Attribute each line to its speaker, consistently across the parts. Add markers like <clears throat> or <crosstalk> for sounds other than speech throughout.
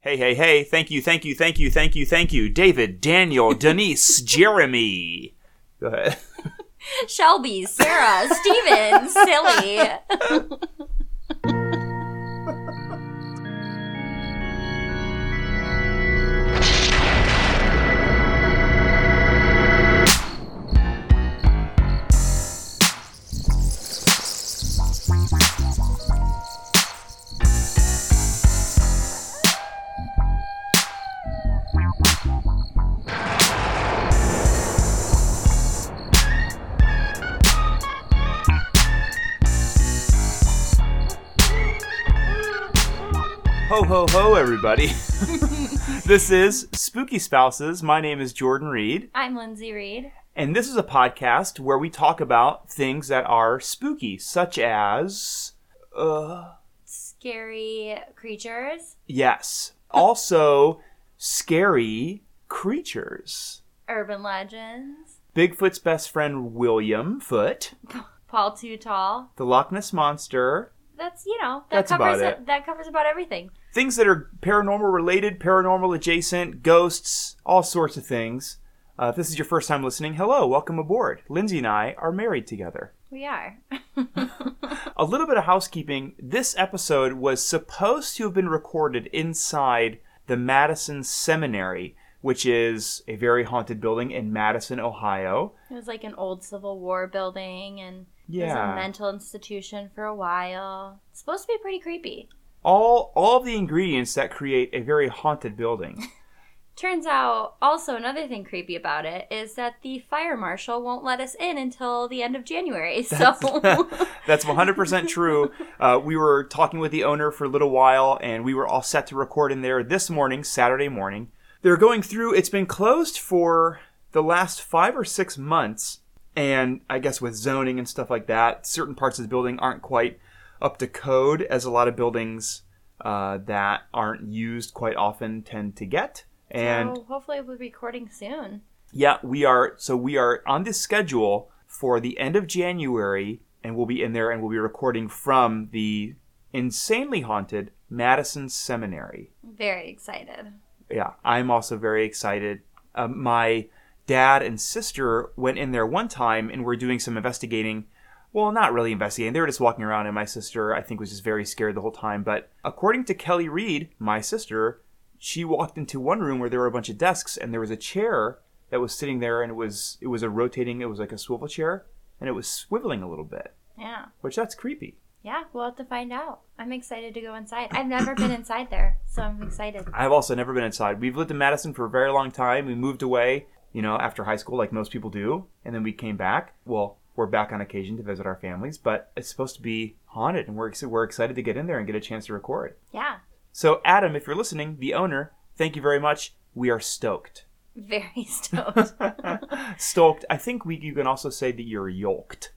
Speaker 1: Hey, hey, hey, thank you, thank you, thank you, thank you, thank you. David, Daniel, Denise, Jeremy. Go ahead.
Speaker 2: Shelby, Sarah, <laughs> Steven, Silly.
Speaker 1: Ho, ho, ho, everybody. <laughs> this is Spooky Spouses. My name is Jordan Reed,
Speaker 2: I'm Lindsay Reed.
Speaker 1: and this is a podcast where we talk about things that are spooky, such as. Uh,
Speaker 2: Scary creatures
Speaker 1: yes. Also, scary creatures.
Speaker 2: Urban Legends,
Speaker 1: Bigfoot's best friend, William Foot,
Speaker 2: Paul Too Tall.
Speaker 1: the Loch Ness Monster,
Speaker 2: That's you know that
Speaker 1: That's
Speaker 2: covers
Speaker 1: about it.
Speaker 2: that covers about everything.
Speaker 1: things that are paranormal related, paranormal adjacent, ghosts, all sorts of things. Uh, if this is your first time listening, hello, welcome aboard. Lindsay and I are married together.
Speaker 2: We are.
Speaker 1: A little bit of housekeeping. This episode was supposed to have been recorded inside the Madison Seminary, which is a very haunted building in Madison, Ohio.
Speaker 2: It was like an old Civil War building, and it was
Speaker 1: Yeah.
Speaker 2: a mental institution for a while. It's supposed to be pretty creepy.
Speaker 1: All all of the ingredients that create a very haunted building.
Speaker 2: Turns out, also another thing creepy about it is that the fire marshal won't let us in until the end of
Speaker 1: <laughs>
Speaker 2: January. <laughs> So
Speaker 1: That's 100% true. Uh, we were talking with the owner for a little while, and we were all set to record in there this morning, Saturday morning. They're going through, it's been closed for the last five or six months, and I guess with zoning and stuff like that, certain parts of the building aren't quite up to code, as a lot of buildings uh, that aren't used quite often tend to get. And
Speaker 2: So hopefully we'll be recording soon.
Speaker 1: yeah, we are. So we are on this schedule for the end of January, and we'll be in there and we'll be recording from the insanely haunted Madison Seminary.
Speaker 2: Very excited.
Speaker 1: Yeah, I'm also very excited. Um, my dad and sister went in there one time and were doing some investigating. Well, not really investigating. They were just walking around, and my sister, I think, was just very scared the whole time. But according to Kelly Reed, my sister, she walked into one room where there were a bunch of desks, and there was a chair that was sitting there, and it was it was a rotating. It was like a swivel chair, and it was swiveling a little bit,
Speaker 2: Yeah.
Speaker 1: which that's creepy.
Speaker 2: Yeah, we'll have to find out. I'm excited to go inside. I've never been inside there, so I'm excited.
Speaker 1: I've also never been inside. We've lived in Madison for a very long time. We moved away, you know, after high school, like most people do, and then we came back. Well, we're back on occasion to visit our families, but it's supposed to be haunted, and we're ex- we're excited to get in there and get a chance to record.
Speaker 2: Yeah.
Speaker 1: So, Adam, if you're listening, the owner, thank you very much. We are stoked.
Speaker 2: Very <laughs> stoked.
Speaker 1: stoked. I think we you can also say that you're yoked.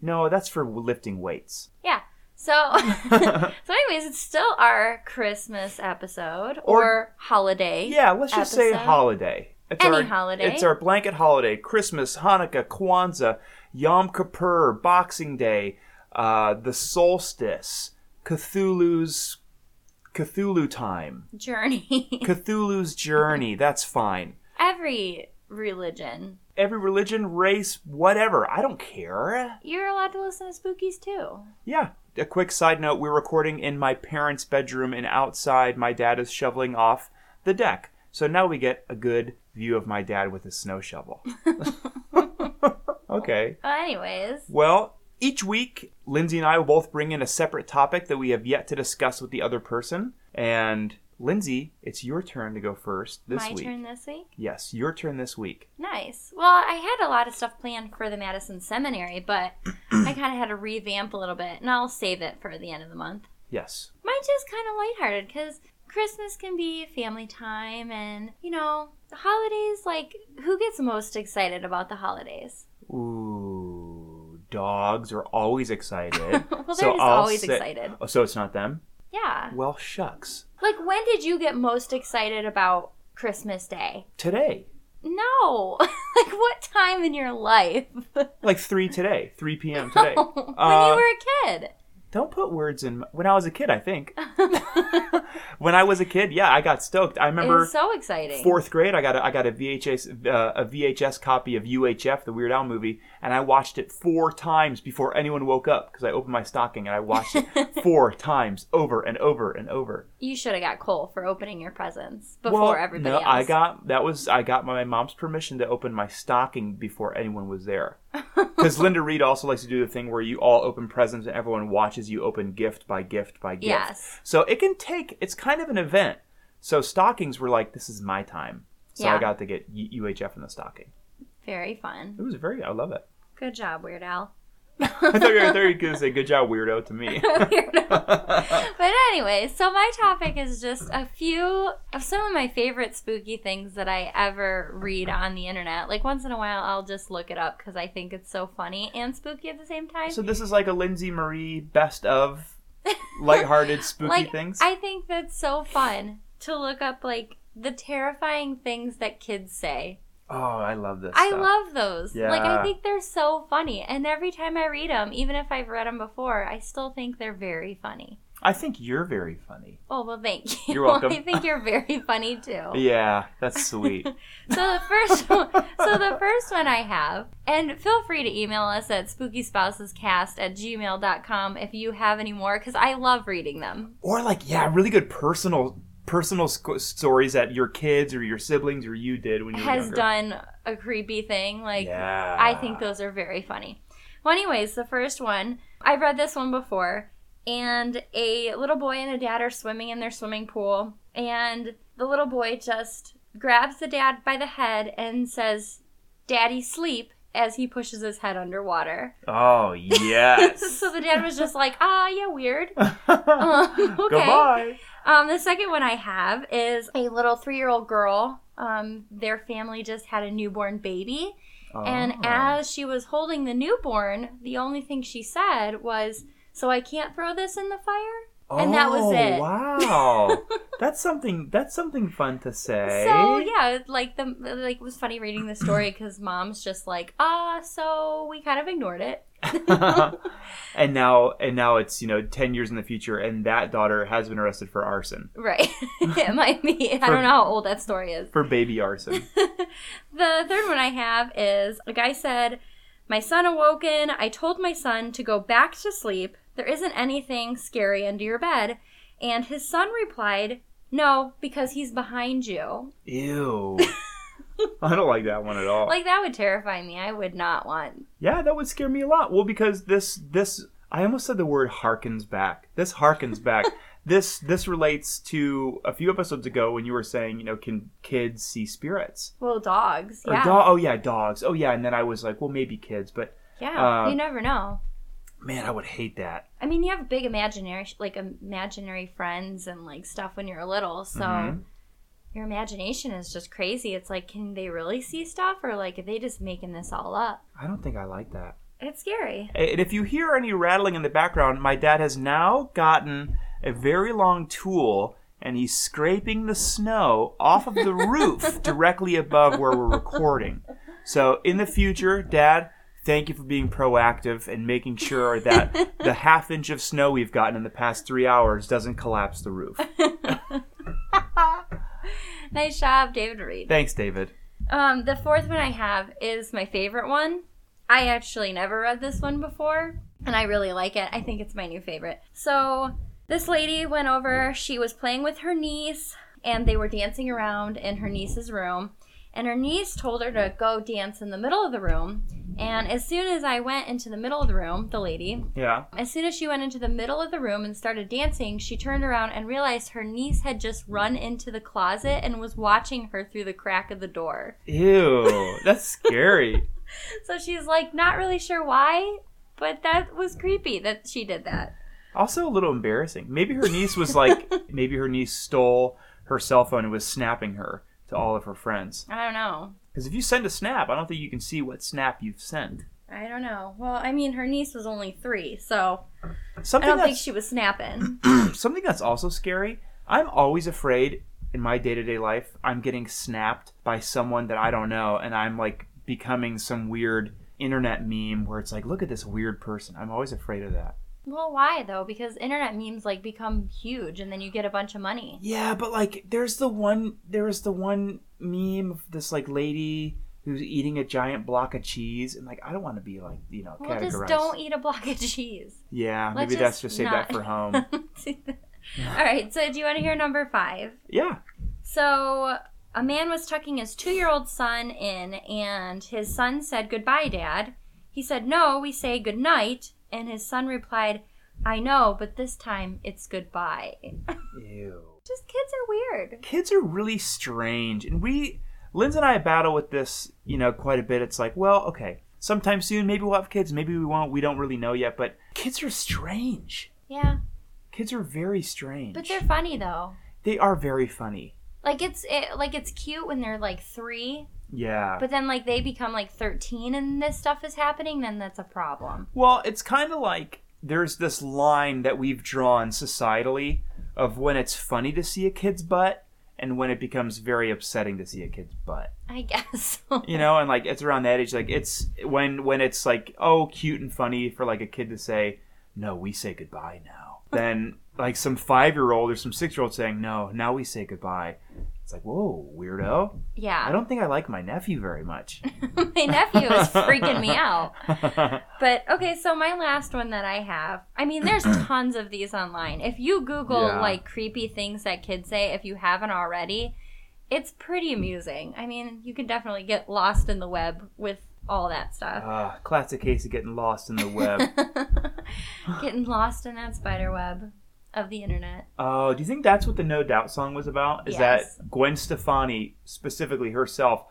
Speaker 1: No, that's for lifting weights.
Speaker 2: yeah. So <laughs> So anyways, it's still our Christmas episode or,
Speaker 1: Or-
Speaker 2: holiday.
Speaker 1: Yeah, let's just say
Speaker 2: episode.
Speaker 1: holiday. It's
Speaker 2: Any
Speaker 1: our,
Speaker 2: holiday.
Speaker 1: It's our blanket holiday: Christmas, Hanukkah, Kwanzaa, Yom Kippur, Boxing Day, uh, the solstice, Cthulhu's Cthulhu
Speaker 2: <laughs>
Speaker 1: time,
Speaker 2: Journey.
Speaker 1: Cthulhu's journey. That's fine.
Speaker 2: Every religion.
Speaker 1: Every religion, race, whatever. I don't care.
Speaker 2: You're allowed to listen to spookies too.
Speaker 1: Yeah. A quick side note: We're recording in my parents' bedroom, and outside, my dad is shoveling off the deck. So now we get a good view of my dad with his snow shovel. <laughs> okay.
Speaker 2: Well, Uh, anyways,
Speaker 1: Well, each week, Lindsay and I will both bring in a separate topic that we have yet to discuss with the other person. And Lindsay, it's your turn to go first this
Speaker 2: my
Speaker 1: week.
Speaker 2: turn this week.
Speaker 1: Yes, your turn this week.
Speaker 2: Nice. Well, I had a lot of stuff planned for the Madison Seminary, but <clears throat> I kind of had to revamp a little bit, and I'll save it for the end of the month.
Speaker 1: Yes.
Speaker 2: Mine's just kind of lighthearted because Christmas can be family time, and you know, holidays. Like, who gets most excited about the holidays?
Speaker 1: Ooh, dogs are always excited.
Speaker 2: <laughs> Well, they're
Speaker 1: So
Speaker 2: just
Speaker 1: I'll
Speaker 2: always
Speaker 1: say-
Speaker 2: excited.
Speaker 1: Oh, so it's not them?
Speaker 2: Yeah.
Speaker 1: Well, shucks.
Speaker 2: Like, when did you get most excited about Christmas Day?
Speaker 1: Today.
Speaker 2: No. <laughs> like, what time in your life? <laughs>
Speaker 1: Like 3 today, 3 p.m. today.
Speaker 2: when
Speaker 1: Uh,
Speaker 2: you were a kid. <laughs>
Speaker 1: Don't put words in. My, when I was a kid, I think. when I was a kid, yeah, I got stoked. I
Speaker 2: It
Speaker 1: remember
Speaker 2: was so exciting.
Speaker 1: fourth grade, I got a, I got a VHS uh, a VHS copy of UHF, the Weird Al movie, and I watched it four times before anyone woke up because I opened my stocking and I watched it four times over and over and over.
Speaker 2: you should have got Cole for opening your presents before
Speaker 1: well,
Speaker 2: everybody
Speaker 1: no,
Speaker 2: else.
Speaker 1: I got that was I got my mom's permission to open my stocking before anyone was
Speaker 2: <laughs>
Speaker 1: there. Because Linda Reed also likes to do the thing where you all open presents and everyone watches you open gift by gift by gift.
Speaker 2: Yes.
Speaker 1: So it can take. It's kind of an event. So stockings were like, this is my time. So I
Speaker 2: Yeah.
Speaker 1: got to get U- UHF in the stocking.
Speaker 2: Very fun.
Speaker 1: It was very. I love it.
Speaker 2: Good job, Weird Al.
Speaker 1: <laughs> I thought you were, I thought you were going to say "good job, weirdo" to
Speaker 2: <laughs>
Speaker 1: me.
Speaker 2: But anyway, so my topic is just a few of some of my favorite spooky things that I ever read on the internet. Like once in a while, I'll just look it up because I think it's so funny and spooky at the same time.
Speaker 1: so this is like a Lindsay Marie best of lighthearted spooky
Speaker 2: <laughs> like
Speaker 1: things.
Speaker 2: I think that's so fun to look up like the terrifying things that kids say.
Speaker 1: oh, I love this.
Speaker 2: I
Speaker 1: stuff.
Speaker 2: love those. Like
Speaker 1: Yeah.
Speaker 2: I think they're so funny, and every time I read them, even if I've read them before, I still think they're very funny.
Speaker 1: I think you're very funny.
Speaker 2: Oh well, thank <laughs> you.
Speaker 1: You're welcome.
Speaker 2: I think you're very funny
Speaker 1: Oh.
Speaker 2: too.
Speaker 1: Yeah, that's sweet.
Speaker 2: So the first <laughs> one, so the first one I have, and feel free to email us at spookyspousescast at gmail.com if you have any more, because I love reading them.
Speaker 1: <laughs> or like, yeah, really good personal personal sc- stories that your kids or your siblings or you did when you were
Speaker 2: Has
Speaker 1: younger.
Speaker 2: done a creepy thing. Like
Speaker 1: yeah.
Speaker 2: I think those are very funny. Well, anyways, the first one, I've read this one before, and a little boy and a dad are swimming in their swimming pool, and the little boy just grabs the dad by the head and says, Daddy, sleep, as he pushes his head underwater.
Speaker 1: <laughs> Oh yes.
Speaker 2: <laughs>
Speaker 1: <laughs>
Speaker 2: so the dad was just like, ah, yeah, weird. Um, <laughs> okay.
Speaker 1: Goodbye.
Speaker 2: Um, the second one I have is a little three year old girl. Um, their family just had a newborn baby. And
Speaker 1: Oh.
Speaker 2: as she was holding the newborn, the only thing she said was, So I can't throw this in the fire? and that was
Speaker 1: Oh,
Speaker 2: it. <laughs>
Speaker 1: Wow. that's something. That's something fun to say. <laughs>
Speaker 2: So yeah, like the like it was funny reading the
Speaker 1: <clears throat>
Speaker 2: story because mom's just like, ah, so we kind of ignored it.
Speaker 1: <laughs> and now and now it's you know 10 years in the future and that daughter has been arrested for arson
Speaker 2: Right. <laughs> it might be. I don't know how old that story is.
Speaker 1: for baby arson
Speaker 2: <laughs> The third one I have is a guy said, My son awoken. I told my son to go back to sleep. There isn't anything scary under your bed. And his son replied, No, because he's behind you. <laughs>
Speaker 1: ew i don't like that one at all
Speaker 2: Like, that would terrify me. I would not want.
Speaker 1: yeah that would scare me a lot well because this this i almost said the word harkens back this harkens
Speaker 2: <laughs>
Speaker 1: back this this relates to a few episodes ago when you were saying you know can kids see spirits
Speaker 2: Well, dogs.
Speaker 1: or
Speaker 2: Yeah.
Speaker 1: do- oh yeah dogs oh yeah and then i was like well maybe kids but
Speaker 2: yeah.
Speaker 1: uh,
Speaker 2: you never know.
Speaker 1: man i would hate that
Speaker 2: I mean, you have big imaginary, like imaginary friends and like stuff when you're little. So
Speaker 1: Mhm.
Speaker 2: your imagination is just crazy. It's like, can they really see stuff, or like, are they just making this all up?
Speaker 1: i don't think i like that
Speaker 2: It's scary.
Speaker 1: And if you hear any rattling in the background, my dad has now gotten a very long tool and he's scraping the snow off of the roof directly above where we're recording. So, in the future, dad, thank you for being proactive and making sure that the half inch of snow we've gotten in the past three hours doesn't collapse the roof.
Speaker 2: Nice job, David Reed.
Speaker 1: Thanks, David.
Speaker 2: Um, the fourth one I have is my favorite one. I actually never read this one before, and I really like it. I think it's my new favorite. So, this lady went over, she was playing with her niece, and they were dancing around in her niece's room. And her niece told her to go dance in the middle of the room. And as soon as I went into the middle of the room, the lady,
Speaker 1: Yeah.
Speaker 2: as soon as she went into the middle of the room and started dancing, she turned around and realized her niece had just run into the closet and was watching her through the crack of the door.
Speaker 1: Ew, that's scary.
Speaker 2: So she's like, not really sure why, but that was creepy that she did that.
Speaker 1: Also a little embarrassing. Maybe her niece was like,
Speaker 2: <laughs>
Speaker 1: maybe her niece stole her cell phone and was snapping her to all of her friends.
Speaker 2: I don't know.
Speaker 1: Because if you send a snap, I don't think you can see what snap you've sent.
Speaker 2: I don't know. Well, I mean, her niece was only three, so I
Speaker 1: Something
Speaker 2: don't think
Speaker 1: that's
Speaker 2: she was snapping. <clears throat>
Speaker 1: something that's also scary. I'm always afraid in my day to day life I'm getting snapped by someone that I don't know, and I'm like becoming some weird internet meme where it's like, look at this weird person. I'm always afraid of that.
Speaker 2: Well, why though? Because internet memes like become huge, and then you get a bunch of money.
Speaker 1: Yeah, but like there's the one there is the one meme of this like lady who's eating a giant block of cheese and like I don't want to be like, you know,
Speaker 2: Well, just
Speaker 1: categorized.
Speaker 2: don't eat a block of cheese.
Speaker 1: yeah,
Speaker 2: Let's
Speaker 1: maybe that's just
Speaker 2: just
Speaker 1: save that
Speaker 2: not-
Speaker 1: for
Speaker 2: <laughs>
Speaker 1: home.
Speaker 2: All right, so do you want to hear number five?
Speaker 1: yeah.
Speaker 2: So, a man was tucking his two year old son in, and his son said, Goodbye, Dad. He said, No, we say goodnight. And his son replied, I know, but this time it's goodbye.
Speaker 1: Ew.
Speaker 2: Just kids are weird.
Speaker 1: kids are really strange and we lindsay and i battle with this you know quite a bit it's like well okay sometime soon maybe we'll have kids maybe we won't we don't really know yet but kids are strange
Speaker 2: Yeah,
Speaker 1: kids are very strange
Speaker 2: but they're funny though.
Speaker 1: they are very funny
Speaker 2: Like it's it, like it's cute when they're like three,
Speaker 1: yeah
Speaker 2: but then like they become like thirteen and this stuff is happening, then that's a problem.
Speaker 1: well it's kind of like there's this line that we've drawn societally of when it's funny to see a kid's butt and when it becomes very upsetting to see a kid's butt
Speaker 2: I <laughs> guess.
Speaker 1: you know and like it's around that age like it's when when it's like oh cute and funny for like a kid to say no we say goodbye now then like some five year old or some six year old saying no now we say goodbye it's like whoa weirdo i
Speaker 2: yeah,
Speaker 1: don't think i like my nephew very much <laughs>
Speaker 2: <laughs> my nephew is freaking me out. But okay, so my last one that I have, I mean, there's tons of these online. If you Google
Speaker 1: Yeah.
Speaker 2: like creepy things that kids say, if you haven't already, it's pretty amusing. I mean, you can definitely get lost in the web with all that stuff. <laughs>
Speaker 1: uh, classic case of getting lost in the web
Speaker 2: Getting lost in that spider web of the internet.
Speaker 1: oh do you think that's what the no doubt song was about is
Speaker 2: Yes.
Speaker 1: that gwen stefani specifically herself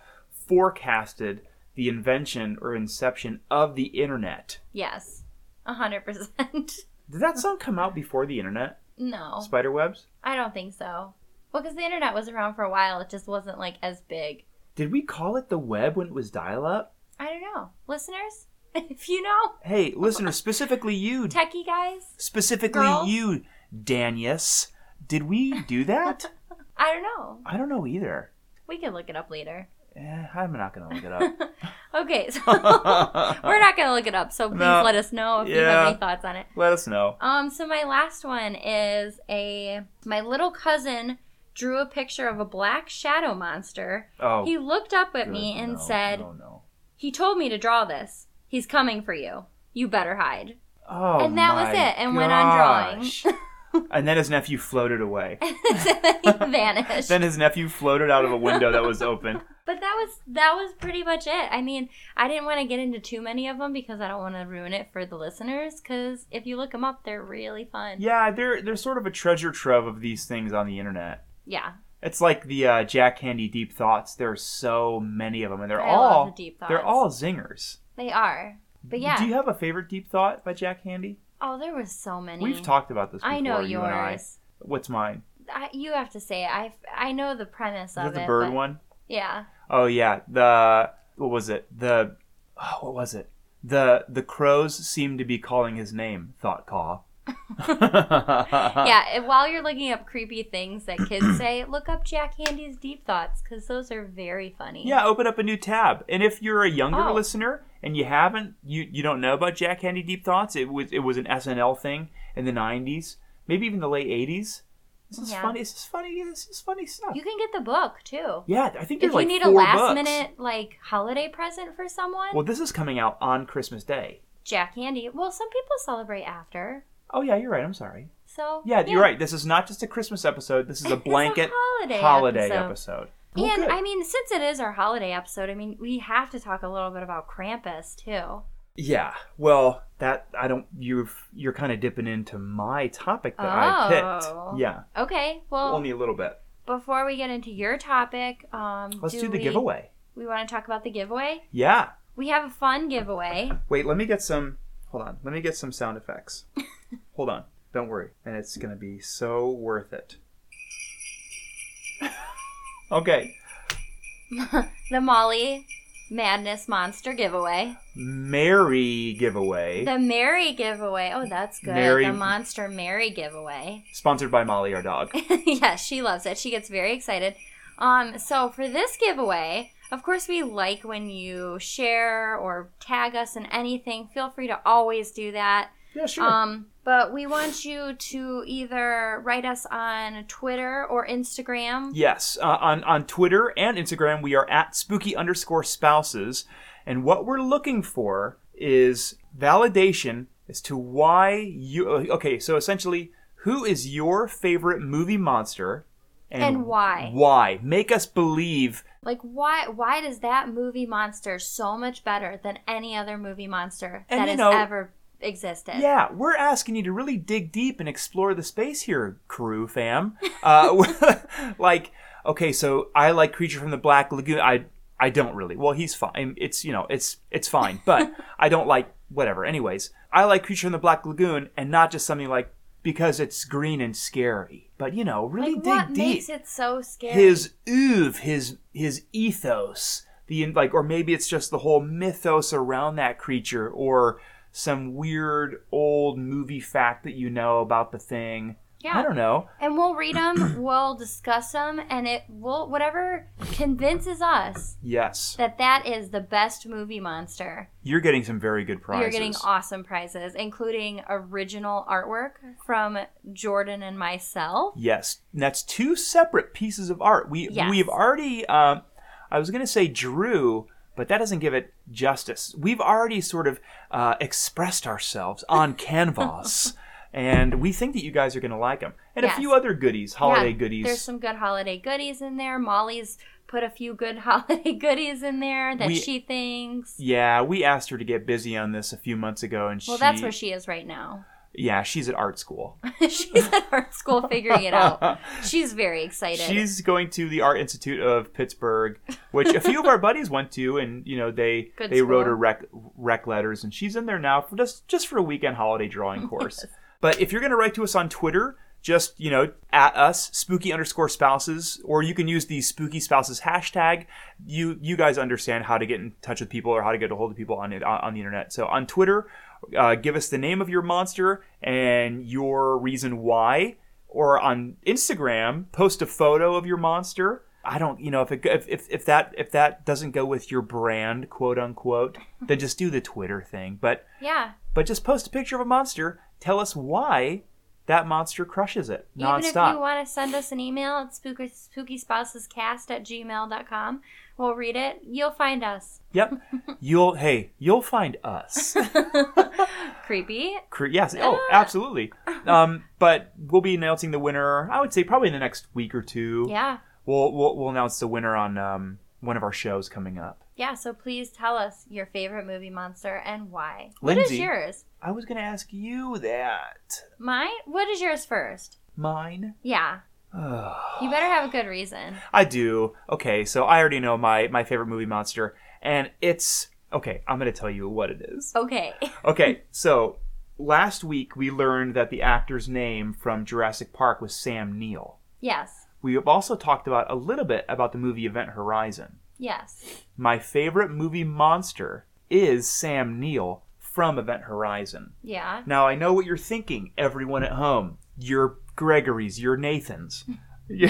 Speaker 1: forecasted the invention or inception of the internet
Speaker 2: Yes, a 100%.
Speaker 1: Did that song come out before the internet?
Speaker 2: <laughs> no,
Speaker 1: Spiderwebs?
Speaker 2: I don't think so. Well, because the internet was around for a while, it just wasn't like as big.
Speaker 1: Did we call it the web when it was dial up?
Speaker 2: I don't know. Listeners, <laughs> if you know,
Speaker 1: Hey,
Speaker 2: <laughs>
Speaker 1: listeners, specifically you,
Speaker 2: techie guys.
Speaker 1: specifically
Speaker 2: Girls?
Speaker 1: you, Danius, did we do
Speaker 2: <laughs>
Speaker 1: that?
Speaker 2: I don't know.
Speaker 1: I don't know either.
Speaker 2: We can look it up later.
Speaker 1: Eh, I'm not going to look it up. <laughs>
Speaker 2: Okay, so <laughs> we're not gonna look it up. So please
Speaker 1: No.
Speaker 2: let us know if you have
Speaker 1: Yeah.
Speaker 2: any thoughts on it.
Speaker 1: <laughs> Let us know.
Speaker 2: Um, so my last one is a my little cousin drew a picture of a black shadow monster.
Speaker 1: Oh,
Speaker 2: He looked up at
Speaker 1: good,
Speaker 2: me and
Speaker 1: no,
Speaker 2: said,
Speaker 1: "Oh no!"
Speaker 2: "He told me to draw this. He's coming for you. You
Speaker 1: <laughs>
Speaker 2: better hide." <laughs>
Speaker 1: Oh,
Speaker 2: And that was
Speaker 1: my
Speaker 2: it, and went on drawing. <laughs>
Speaker 1: gosh. and then his nephew floated away.
Speaker 2: So then he vanished.
Speaker 1: then his nephew floated out of a window that was
Speaker 2: <laughs>
Speaker 1: open.
Speaker 2: But that was that was pretty much it. I mean, I didn't want to get into too many of them because I don't want to ruin it for the listeners. Because if you look them up, they're really fun.
Speaker 1: Yeah, there, there's sort of a treasure trove of these things on the internet.
Speaker 2: Yeah,
Speaker 1: It's like the uh, Jack Handy deep thoughts. There are so many of them, and they're
Speaker 2: I love
Speaker 1: all
Speaker 2: the deep thoughts.
Speaker 1: they're all zingers.
Speaker 2: they are. But yeah,
Speaker 1: Do you have a favorite deep thought by Jack Handy?
Speaker 2: oh, there was so many.
Speaker 1: We've talked about this. Before,
Speaker 2: I know
Speaker 1: you And I.
Speaker 2: yours.
Speaker 1: What's mine?
Speaker 2: I, you have to say it. I I know the premise
Speaker 1: Is it
Speaker 2: of
Speaker 1: the
Speaker 2: it.
Speaker 1: bird
Speaker 2: but-
Speaker 1: one?
Speaker 2: Yeah.
Speaker 1: Oh yeah. The what was it? The oh, what was it? The the crows seemed to be calling his name. Thought call. Uh.
Speaker 2: yeah. and While you're looking up creepy things that
Speaker 1: <clears throat>
Speaker 2: kids say, look up Jack Handy's deep thoughts because those are very funny.
Speaker 1: Yeah, open up a new tab. And if you're a younger
Speaker 2: Oh.
Speaker 1: listener and you haven't, you you don't know about Jack Handy Deep Thoughts. It was it was an SNL thing in the '90s, maybe even the late '80s. This is
Speaker 2: Yeah.
Speaker 1: funny. This is funny. This is funny stuff.
Speaker 2: You can get the book too.
Speaker 1: yeah, I think there's
Speaker 2: If you
Speaker 1: like
Speaker 2: need a
Speaker 1: four
Speaker 2: last
Speaker 1: bucks.
Speaker 2: minute like holiday present for someone,
Speaker 1: Well, this is coming out on Christmas Day.
Speaker 2: Jack Handy. Well, some people celebrate after.
Speaker 1: Oh yeah, you're right. I'm sorry.
Speaker 2: So
Speaker 1: Yeah, you're right. This is not just a Christmas episode. This is a
Speaker 2: <laughs> It's a
Speaker 1: blanket
Speaker 2: holiday episode.
Speaker 1: episode. Well,
Speaker 2: And
Speaker 1: good.
Speaker 2: I mean, since it is our holiday episode, I mean, we have to talk a little bit about Krampus too.
Speaker 1: Yeah. Well, that I don't. You've you're kind of dipping into my topic that I
Speaker 2: Oh.
Speaker 1: picked. Yeah.
Speaker 2: Okay, well,
Speaker 1: Only a little bit.
Speaker 2: before we get into your topic, um,
Speaker 1: Let's do, the
Speaker 2: we,
Speaker 1: giveaway.
Speaker 2: We want to talk about the giveaway.
Speaker 1: Yeah.
Speaker 2: We have a fun giveaway.
Speaker 1: Wait, let me get some. Hold on. Let me get some sound
Speaker 2: <laughs>
Speaker 1: effects. hold on. Don't worry. And it's going to be so worth it. <laughs> okay.
Speaker 2: The Molly Madness Monster giveaway.
Speaker 1: Mary giveaway.
Speaker 2: The Mary giveaway. Oh, that's good.
Speaker 1: Mary-
Speaker 2: The Monster Mary giveaway.
Speaker 1: Sponsored by Molly, our
Speaker 2: <laughs>
Speaker 1: dog.
Speaker 2: yeah, she loves it. She gets very excited. Um, so for this giveaway, of course, we like when you share or tag us in anything. Feel free to always do that.
Speaker 1: Yeah, sure.
Speaker 2: Um, But we want you to either write us on Twitter or Instagram.
Speaker 1: Yes, uh, on on Twitter and Instagram, we are at spooky underscore spouses, and what we're looking for is validation as to why you. uh, Okay, so essentially, who is your favorite movie monster,
Speaker 2: And why.
Speaker 1: Why make us believe?
Speaker 2: Like why why does that movie monster so much better than any other movie monster
Speaker 1: And
Speaker 2: that
Speaker 1: you
Speaker 2: has
Speaker 1: know-
Speaker 2: ever existed?
Speaker 1: Yeah, we're asking you to really dig deep and explore the space here, crew fam. Uh, <laughs> like, okay, so I like Creature from the Black Lagoon. I I don't really. Well, he's fine. It's you know, it's it's fine, but I don't like whatever. Anyways, I like Creature from the Black Lagoon, and not just something like because it's green and scary. But you know, really
Speaker 2: Like
Speaker 1: dig
Speaker 2: what
Speaker 1: deep
Speaker 2: makes it so scary?
Speaker 1: his oeuvre, his his ethos, the like, or maybe it's just the whole mythos around that creature, or some weird old movie fact that you know about the thing.
Speaker 2: Yeah.
Speaker 1: I don't know.
Speaker 2: and we'll
Speaker 1: <clears throat>
Speaker 2: read them, we'll discuss them, and it will whatever convinces us
Speaker 1: Yes,
Speaker 2: that that is the best movie monster.
Speaker 1: you're getting some very good prizes.
Speaker 2: You're getting awesome prizes, including original artwork from Jordan and myself.
Speaker 1: Yes, And that's two separate pieces of art. We
Speaker 2: Yes.
Speaker 1: we've already. Um, I was going to say drew, but that doesn't give it justice. We've already sort of uh, expressed ourselves
Speaker 2: <laughs>
Speaker 1: on canvas, and we think that you guys are going to like them. And a
Speaker 2: Yes.
Speaker 1: few other goodies, holiday
Speaker 2: Yeah,
Speaker 1: goodies.
Speaker 2: There's some good holiday goodies in there. Molly's put a few good <laughs> holiday goodies in there that
Speaker 1: We-
Speaker 2: she thinks.
Speaker 1: yeah, we asked her to get busy on this a few months ago, and
Speaker 2: Well,
Speaker 1: she,
Speaker 2: that's where she is right now. <laughs>
Speaker 1: yeah, she's at art school.
Speaker 2: She's at art school figuring
Speaker 1: <laughs>
Speaker 2: it out. She's very excited.
Speaker 1: She's going to the Art Institute of Pittsburgh, which a few
Speaker 2: <laughs>
Speaker 1: of our buddies went to, and you know they
Speaker 2: Good
Speaker 1: they wrote
Speaker 2: school.
Speaker 1: her rec rec letters, and she's in there now for just just for a weekend holiday
Speaker 2: <laughs>
Speaker 1: drawing course. But if you're going to write to us on Twitter, just you know at us spooky underscore spouses, or you can use the spooky spouses hashtag. You you guys understand how to get in touch with people or how to get a hold of people on it on on the internet. So on Twitter. Uh, give us the name of your monster and your reason why, or on Instagram, post a photo of your monster. I don't, you know, if it if, if, if that if that doesn't go with your brand, quote unquote, then just do the Twitter thing. But
Speaker 2: yeah.
Speaker 1: but just post a picture of a monster. Tell us why that monster crushes it
Speaker 2: Even if you
Speaker 1: nonstop.
Speaker 2: want to send us an email at spooky, spookyspousescast at gmail.com, we'll read it. You'll find us.
Speaker 1: yep,
Speaker 2: <laughs>
Speaker 1: you'll hey you'll find us.
Speaker 2: Creepy.
Speaker 1: Cre- yes, oh absolutely. Um, but we'll be announcing the winner. I would say probably in the next week or two.
Speaker 2: Yeah.
Speaker 1: We'll we'll, we'll announce the winner on um, one of our shows coming up.
Speaker 2: Yeah, so please tell us your favorite movie monster and why. What is
Speaker 1: Lindsay.
Speaker 2: yours?
Speaker 1: I was gonna ask you that.
Speaker 2: Mine? What is yours first?
Speaker 1: Mine.
Speaker 2: Yeah. You better have a good reason.
Speaker 1: I do. Okay, so I already know my my favorite movie monster, and it's okay. I'm gonna tell you what it is.
Speaker 2: Okay. <laughs>
Speaker 1: Okay, so last week we learned that the actor's name from Jurassic Park was Sam Neill.
Speaker 2: yes.
Speaker 1: We have also talked about a little bit about the movie Event Horizon.
Speaker 2: Yes.
Speaker 1: My favorite movie monster is Sam Neill from Event Horizon.
Speaker 2: Yeah.
Speaker 1: Now I know what you're thinking, everyone at home. You're Gregory's, you're Nathan's, you're,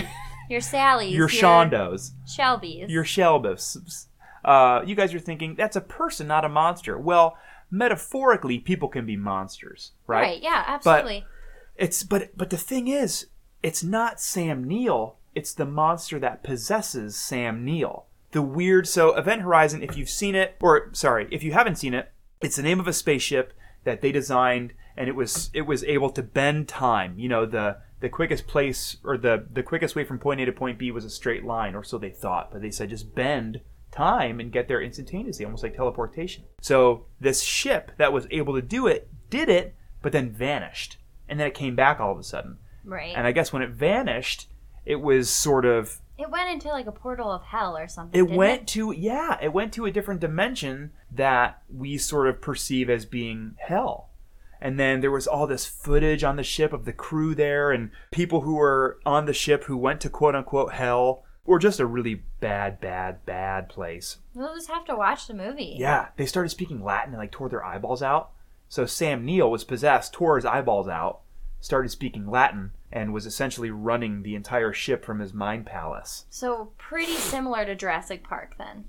Speaker 2: Your Sally's.
Speaker 1: you're Shondo's,
Speaker 2: Shelby's.
Speaker 1: you're Shelbus. Uh, you guys are thinking that's a person, not a monster. Well, metaphorically, people can be monsters,
Speaker 2: right.
Speaker 1: right?
Speaker 2: Yeah, absolutely.
Speaker 1: It's but but the thing is, it's not Sam Neill. It's the monster that possesses Sam Neill. The weird. So Event Horizon, if you've seen it, or sorry, if you haven't seen it, it's the name of a spaceship that they designed, and it was it was able to bend time. You know the the quickest place or the the quickest way from point A to point B was a straight line, or so they thought. But they said just bend time and get there instantaneously, almost like teleportation. So this ship that was able to do it did it, but then vanished. And then it came back all of a sudden.
Speaker 2: right.
Speaker 1: And I guess when it vanished, it was sort of
Speaker 2: it went into like a portal of hell or something.
Speaker 1: it
Speaker 2: didn't
Speaker 1: went to yeah, it went to a different dimension that we sort of perceive as being hell. And then there was all this footage on the ship of the crew there and people who were on the ship who went to quote unquote hell or just a really bad, bad, bad place.
Speaker 2: We'll just have to watch the movie.
Speaker 1: Yeah, they started speaking Latin and like tore their eyeballs out. So Sam Neill was possessed, tore his eyeballs out, started speaking Latin, and was essentially running the entire ship from his mind palace.
Speaker 2: So pretty similar to Jurassic Park then.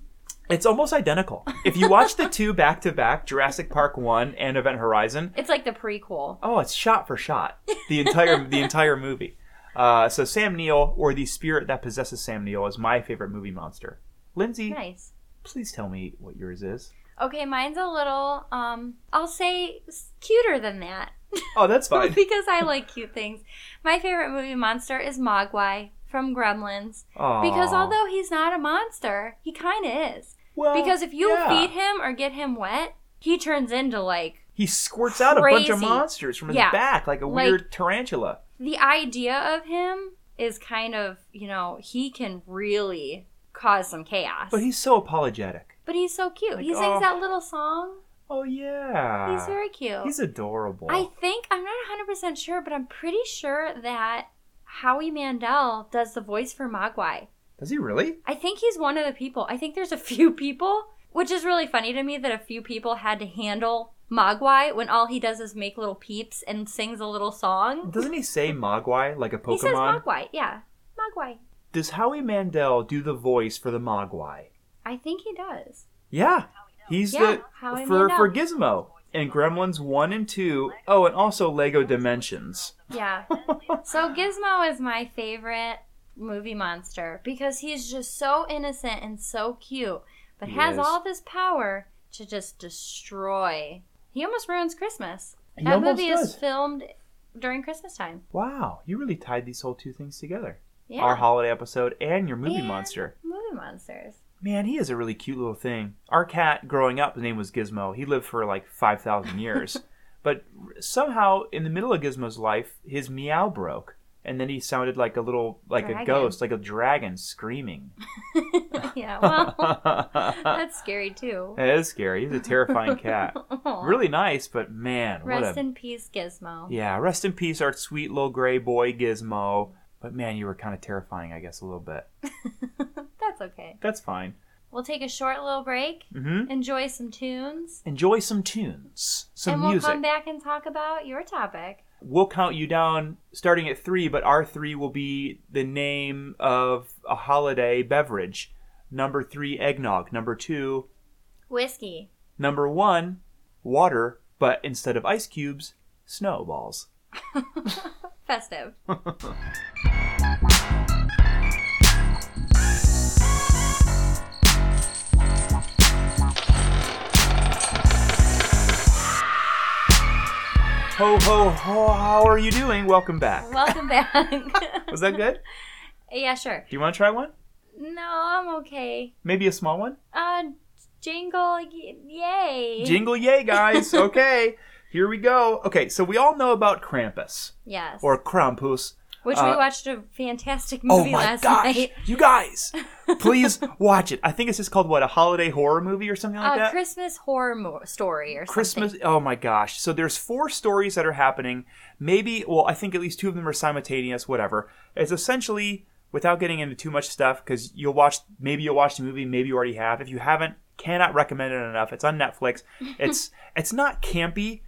Speaker 1: It's almost identical. If you watch the two back to back, Jurassic Park 1 and Event Horizon,
Speaker 2: It's like the prequel.
Speaker 1: oh, it's shot for shot. The entire the entire movie. Uh, so Sam Neill or The Spirit That Possesses Sam Neill is my favorite movie monster. Lindsay,
Speaker 2: Nice.
Speaker 1: please tell me what yours is.
Speaker 2: Okay, mine's a little um I'll say s- cuter than that. <laughs>
Speaker 1: Oh, that's fine.
Speaker 2: because I like cute things. My favorite movie monster is Mogwai from Gremlins.
Speaker 1: Aw.
Speaker 2: Because although he's not a monster, he kind of is.
Speaker 1: Well,
Speaker 2: Because if you
Speaker 1: yeah.
Speaker 2: feed him or get him wet, he turns into like
Speaker 1: he squirts out a bunch of
Speaker 2: Crazy.
Speaker 1: monsters from his
Speaker 2: Yeah.
Speaker 1: back like a
Speaker 2: Like-
Speaker 1: weird tarantula.
Speaker 2: the idea of him is kind of, you know, he can really cause some chaos.
Speaker 1: But he's so apologetic.
Speaker 2: But he's so cute.
Speaker 1: Like,
Speaker 2: he sings
Speaker 1: oh.
Speaker 2: that little song.
Speaker 1: Oh yeah.
Speaker 2: He's very cute.
Speaker 1: He's adorable.
Speaker 2: I think I'm not 100% sure, but I'm pretty sure that Howie Mandel does the voice for Mogwai.
Speaker 1: Does he really?
Speaker 2: I think he's one of the people. I think there's a <laughs> few people, which is really funny to me that a few people had to handle Mogwai when all he does is make little peeps and sings a little song.
Speaker 1: Doesn't he say Mogwai like a
Speaker 2: He says
Speaker 1: Pokemon?
Speaker 2: Mogwai, yeah. Mogwai.
Speaker 1: Does Howie Mandel do the voice for the Mogwai?
Speaker 2: I think he does.
Speaker 1: Yeah. He's
Speaker 2: Yeah,
Speaker 1: the
Speaker 2: Howie
Speaker 1: for
Speaker 2: Mandel.
Speaker 1: for Gizmo and Gremlins 1 and 2. Oh, and also Lego Dimensions. <laughs>
Speaker 2: Yeah. so Gizmo is my favorite movie monster because he's just so innocent and so cute, but
Speaker 1: He
Speaker 2: has
Speaker 1: is.
Speaker 2: all this power to just destroy. He almost ruins Christmas.
Speaker 1: He
Speaker 2: that
Speaker 1: almost
Speaker 2: movie is
Speaker 1: does.
Speaker 2: filmed during Christmas time.
Speaker 1: Wow, you really tied these whole two things together.
Speaker 2: Yeah.
Speaker 1: Our holiday episode and your movie
Speaker 2: And
Speaker 1: monster.
Speaker 2: Movie
Speaker 1: <laughs>
Speaker 2: monsters. <laughs>
Speaker 1: Man, he is a really cute little thing. Our cat growing up, his name was Gizmo. He lived for like 5,000
Speaker 2: <laughs>
Speaker 1: years. but somehow, in the middle of Gizmo's life, his meow broke. And then he sounded like a little, like a
Speaker 2: Dragon.
Speaker 1: ghost, like a dragon
Speaker 2: <laughs>
Speaker 1: screaming. <laughs>
Speaker 2: yeah, well,
Speaker 1: that
Speaker 2: that's scary too.
Speaker 1: is scary. He's a terrifying
Speaker 2: <laughs>
Speaker 1: cat.
Speaker 2: Aw.
Speaker 1: Really nice, but man,
Speaker 2: Rest
Speaker 1: what a.
Speaker 2: in peace, Gizmo.
Speaker 1: <laughs> yeah, rest in peace, our sweet little gray boy Gizmo. But man, you were kind of terrifying, I guess, a little bit.
Speaker 2: <laughs> that's okay.
Speaker 1: That's fine.
Speaker 2: We'll take a short little break,
Speaker 1: hmm
Speaker 2: enjoy some tunes,
Speaker 1: Enjoy some tunes, some
Speaker 2: and we'll
Speaker 1: music.
Speaker 2: come back and talk about your topic.
Speaker 1: we'll count you down starting at three, but our three will be the name of a holiday beverage. Number three, eggnog. Number two,
Speaker 2: Whiskey.
Speaker 1: number one, water, but instead of ice cubes, snowballs.
Speaker 2: Festive.
Speaker 1: Ho, ho, ho, how are you doing? Welcome back.
Speaker 2: Welcome back. <laughs>
Speaker 1: Was that good?
Speaker 2: yeah, sure.
Speaker 1: Do you want to try one?
Speaker 2: No, I'm okay.
Speaker 1: Maybe a small one?
Speaker 2: Uh, jingle, y- yay.
Speaker 1: Jingle yay, guys. Okay, here we go. Okay, so we all know about Krampus
Speaker 2: yes.
Speaker 1: or Krampus.
Speaker 2: Which we
Speaker 1: uh,
Speaker 2: watched a fantastic
Speaker 1: Oh
Speaker 2: movie
Speaker 1: my
Speaker 2: last
Speaker 1: gosh,
Speaker 2: night.
Speaker 1: you <laughs> guys, please watch it. I think it's just called what a holiday horror movie or something like
Speaker 2: A
Speaker 1: that.
Speaker 2: Christmas horror mo- story or something.
Speaker 1: Oh Christmas. Oh my gosh. So there's four stories that are happening. Maybe, well, I think at least two of them are simultaneous, whatever. It's essentially, without getting into too much stuff, because you'll watch, maybe you'll watch the movie, maybe you already have. If you haven't, cannot recommend it enough. It's on <laughs> Netflix. It's, it's not campy.